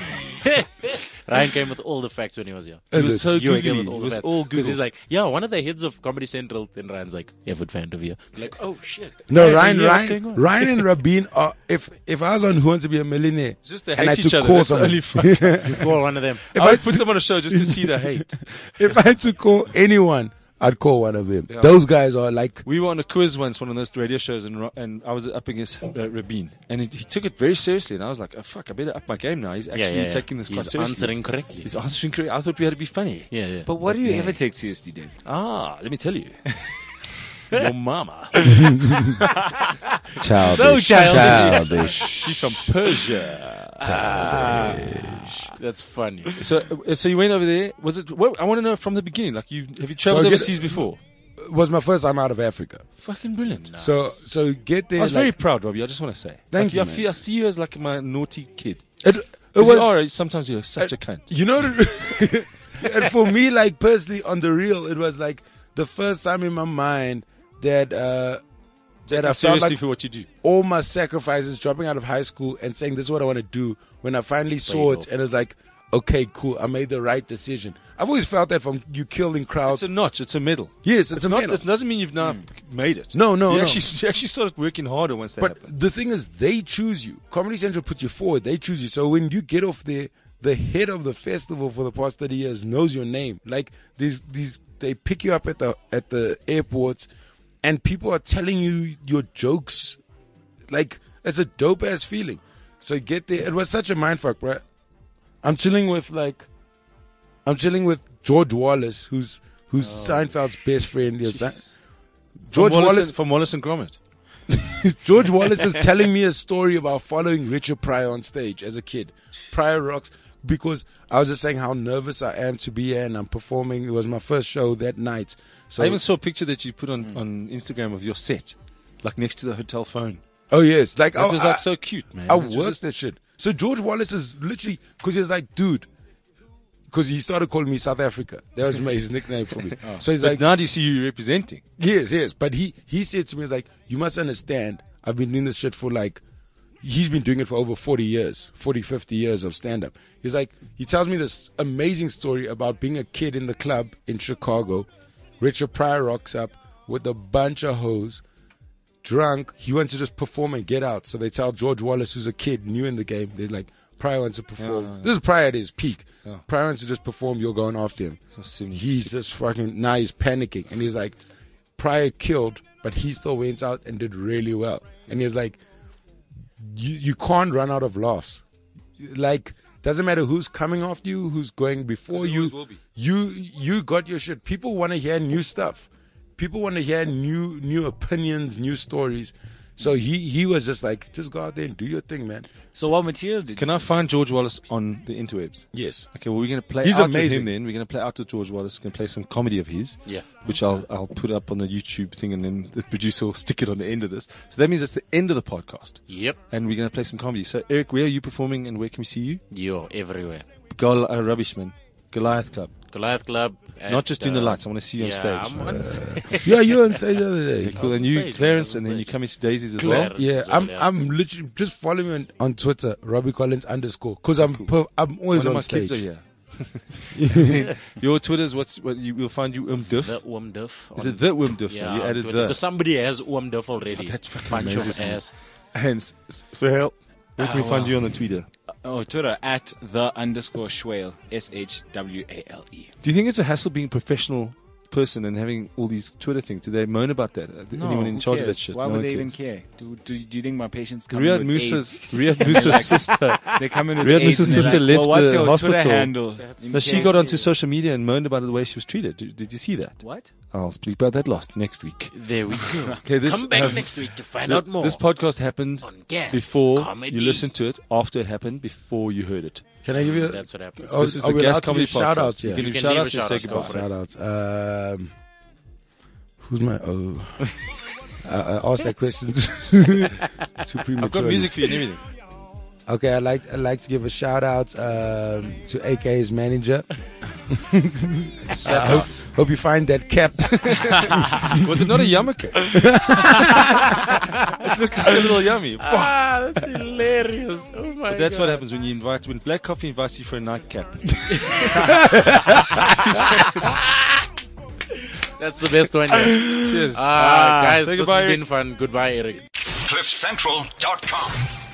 Ryan came with all the facts when he was here.
It
it?
was so
You
googly.
came
It
with all the
was
facts.
all
'Cause He's
googly.
like, yeah, one of the heads of Comedy Central. Then Ryan's like, Everett Fantovia. Like, oh shit.
No,
Hey,
Ryan,
yeah, what's
Ryan,
going on?
Ryan and Rabin are. If if I was on Who Wants to Be a Millionaire,
Just they
and I
hate
had
each
to
other.
call
That's the
someone,
only fun.
Call one of them.
I would put them on a show just to see the hate.
if I had to call anyone, I'd call one of them. Those guys are like
We were on a quiz once, one of those radio shows, and Ro- and I was up against uh, Rabin, and he, he took it very seriously, and I was like, oh, "Fuck, I better up my game now." He's actually
Yeah, yeah, yeah.
taking this quite
He's
seriously.
answering correctly.
He's answering correctly. I thought we had to be funny.
Yeah, yeah.
but what do you ever take seriously, Dave?
Ah, let me tell you, your mama,
childish.
So childish.
childish.
she's from Persia.
That's funny.
So, uh, so you went over there. Was it? What, I want to know from the beginning. Like, you have you traveled
So get-
overseas before?
was my first time out of Africa.
Fucking brilliant.
So so get there.
I was
like-
very proud, Robbie. I just want to say,
Thank
Like,
you,
I,
man.
feel, I see you as like my naughty kid.
it, it
'Cause
was.
you are, sometimes you're such a cunt.
You know, and for me, like personally, on the real, it was like the first time in my mind that uh that I felt
Seriously,
like
for what you do.
all my sacrifices, dropping out of high school and saying this is what I want to do. When I finally saw it,
off.
and it was like, okay, cool, I made the right decision. I've always felt that from you killing crowds.
It's a notch. It's a medal.
yes, it's, a
not,
medal.
It doesn't mean you've now made it.
No, no,
you
no.
Actually, you actually started working harder once that
But
happened.
the thing is, they choose you. Comedy Central puts you forward. They choose you. So when you get off there, the head of the festival for the past thirty years knows your name. Like these, these they pick you up at the at the airports, and people are telling you your jokes. Like it's a dope ass feeling. So get there. It was such a mindfuck, bro. I'm chilling with like, I'm chilling with George Wallace, who's who's Seinfeld's best friend. Yeah, Sein- George
from
Wallace
and, from Wallace and Gromit.
George Wallace is telling me a story about following Richard Pryor on stage as a kid. Pryor rocks because I was just saying how nervous I am to be here and I'm performing. It was my first show that night. So
I even saw a picture that you put on, on Instagram of your set, like next to the hotel phone.
oh yes, like
It
I
was
I,
like so cute, man.
I
It was
worked that shit. So George Wallace is literally because he was like, dude, because he started calling me South Africa. That was my, his nickname for me.
Oh.
So he's like,
now do you see you representing?
Yes, yes. But he he said to me, he's like, you must understand, I've been doing this shit for like he's been doing it for over 40 years, 40, 50 years of stand up. He's like, he tells me this amazing story about being a kid in the club in Chicago. Richard Pryor rocks up with a bunch of hoes, drunk. He wants to just perform and get out. So they tell George Wallace, who's a kid, new in the game, they're like, Pryor wants to perform. This is Pryor at his peak. Pryor wants to just perform, you're going after him.
seventy
He's just fucking, now he's panicking. And he's like, Pryor killed, but he still went out and did really well. And he's like, you, you can't run out of laughs. Like doesn't matter who's coming after you, who's going before you. You you got your shit. People want to hear new stuff. People want to hear new new opinions, new stories. So he he was just like, just go out there and do your thing, man.
So what material did
Can I find George Wallace on the interwebs?
Yes.
Okay, well, we're going to play
He's
out
amazing.
with him then. We're going to play out with George Wallace. We're going to play some comedy of his.
Yeah.
Which I'll, I'll put up on the YouTube thing and then the producer will stick it on the end of this. So that means it's the end of the podcast.
Yep.
And we're going to play some comedy. So, Eric, where are you performing and where can we see you?
Yo, everywhere.
Gol uh, Rubbishman, Goliath Club.
Goliath Club. at,
Not just doing the
uh,
lights. I want to see you on
yeah,
stage.
I'm on stage.
Yeah, you were on stage the other day.
Okay, cool.
was
And
on
you,
stage,
Clarence,
I was on
and then you
stage.
come into Daisy's as well.
Clarence
Yeah,
is
I'm
on
I'm literally just follow me on, on Twitter, Robbie Collins underscore, because I'm per, I'm always
One of
on
my
stage.
kids are here. Your Twitter's what's what you will find you um
The
diff.
Umduff.
Is it the Wim Diff?
Yeah,
now? you
on
added
Twitter.
the.
Because somebody has Umduff already.
That fucking
Bunch
amazes
of
me.
ass.
And s- s- so help. Where can we find you on the Twitter?
Oh, Twitter at the underscore Schwale. S H W A L E.
Do you think it's a hassle being a professional person and having all these Twitter things? Do they moan about that? Uh, Anyone in
who
charge of
cares?
that shit?
Why
No
would
one
they even
cares.
care? Do, do, do you think my patients come
Riyad
in with AIDS?
Musa's Riyad Musa's sister.
They come in with
Riyad
AIDS
Musa's
and they're
sister
like,
left
well, what's
the
your Twitter
hospital.
handle? In
Now she
case-
got onto social media and moaned about the way she was treated. Did, did you see that?
What?
I'll speak about that last next week.
There we go.
Okay, this,
Come back
um,
next week to find
th-
out more.
This podcast happened
on gas
before
comedy.
you listened to it, after it happened, before you heard it.
Can I give you?
That's what happens.
Oh,
this is
are
the
we allowed
Gas
to
Comedy
give shout
Podcast.
outs?
You
Yeah.
can do
can
shout
leave
outs
a
and say
shout out.
goodbye.
Go for it.
Shout out. Um, who's my oh? I, I asked that question too prematurely.
I've got music for you and everything.
Okay, I like I like to give a shout out um, to AK's manager. So I hope, hope you find that cap.
Was it not a yarmulke? it looked like a little yummy.
Ah, that's hilarious. Oh my
That's what happens when you invite when Black Coffee invites you for a nightcap.
That's the best one. yet.
Cheers.
Ah, guys,
Say
this
goodbye,
has
Eric.
been fun. Goodbye, Eric.
CliffCentral.com.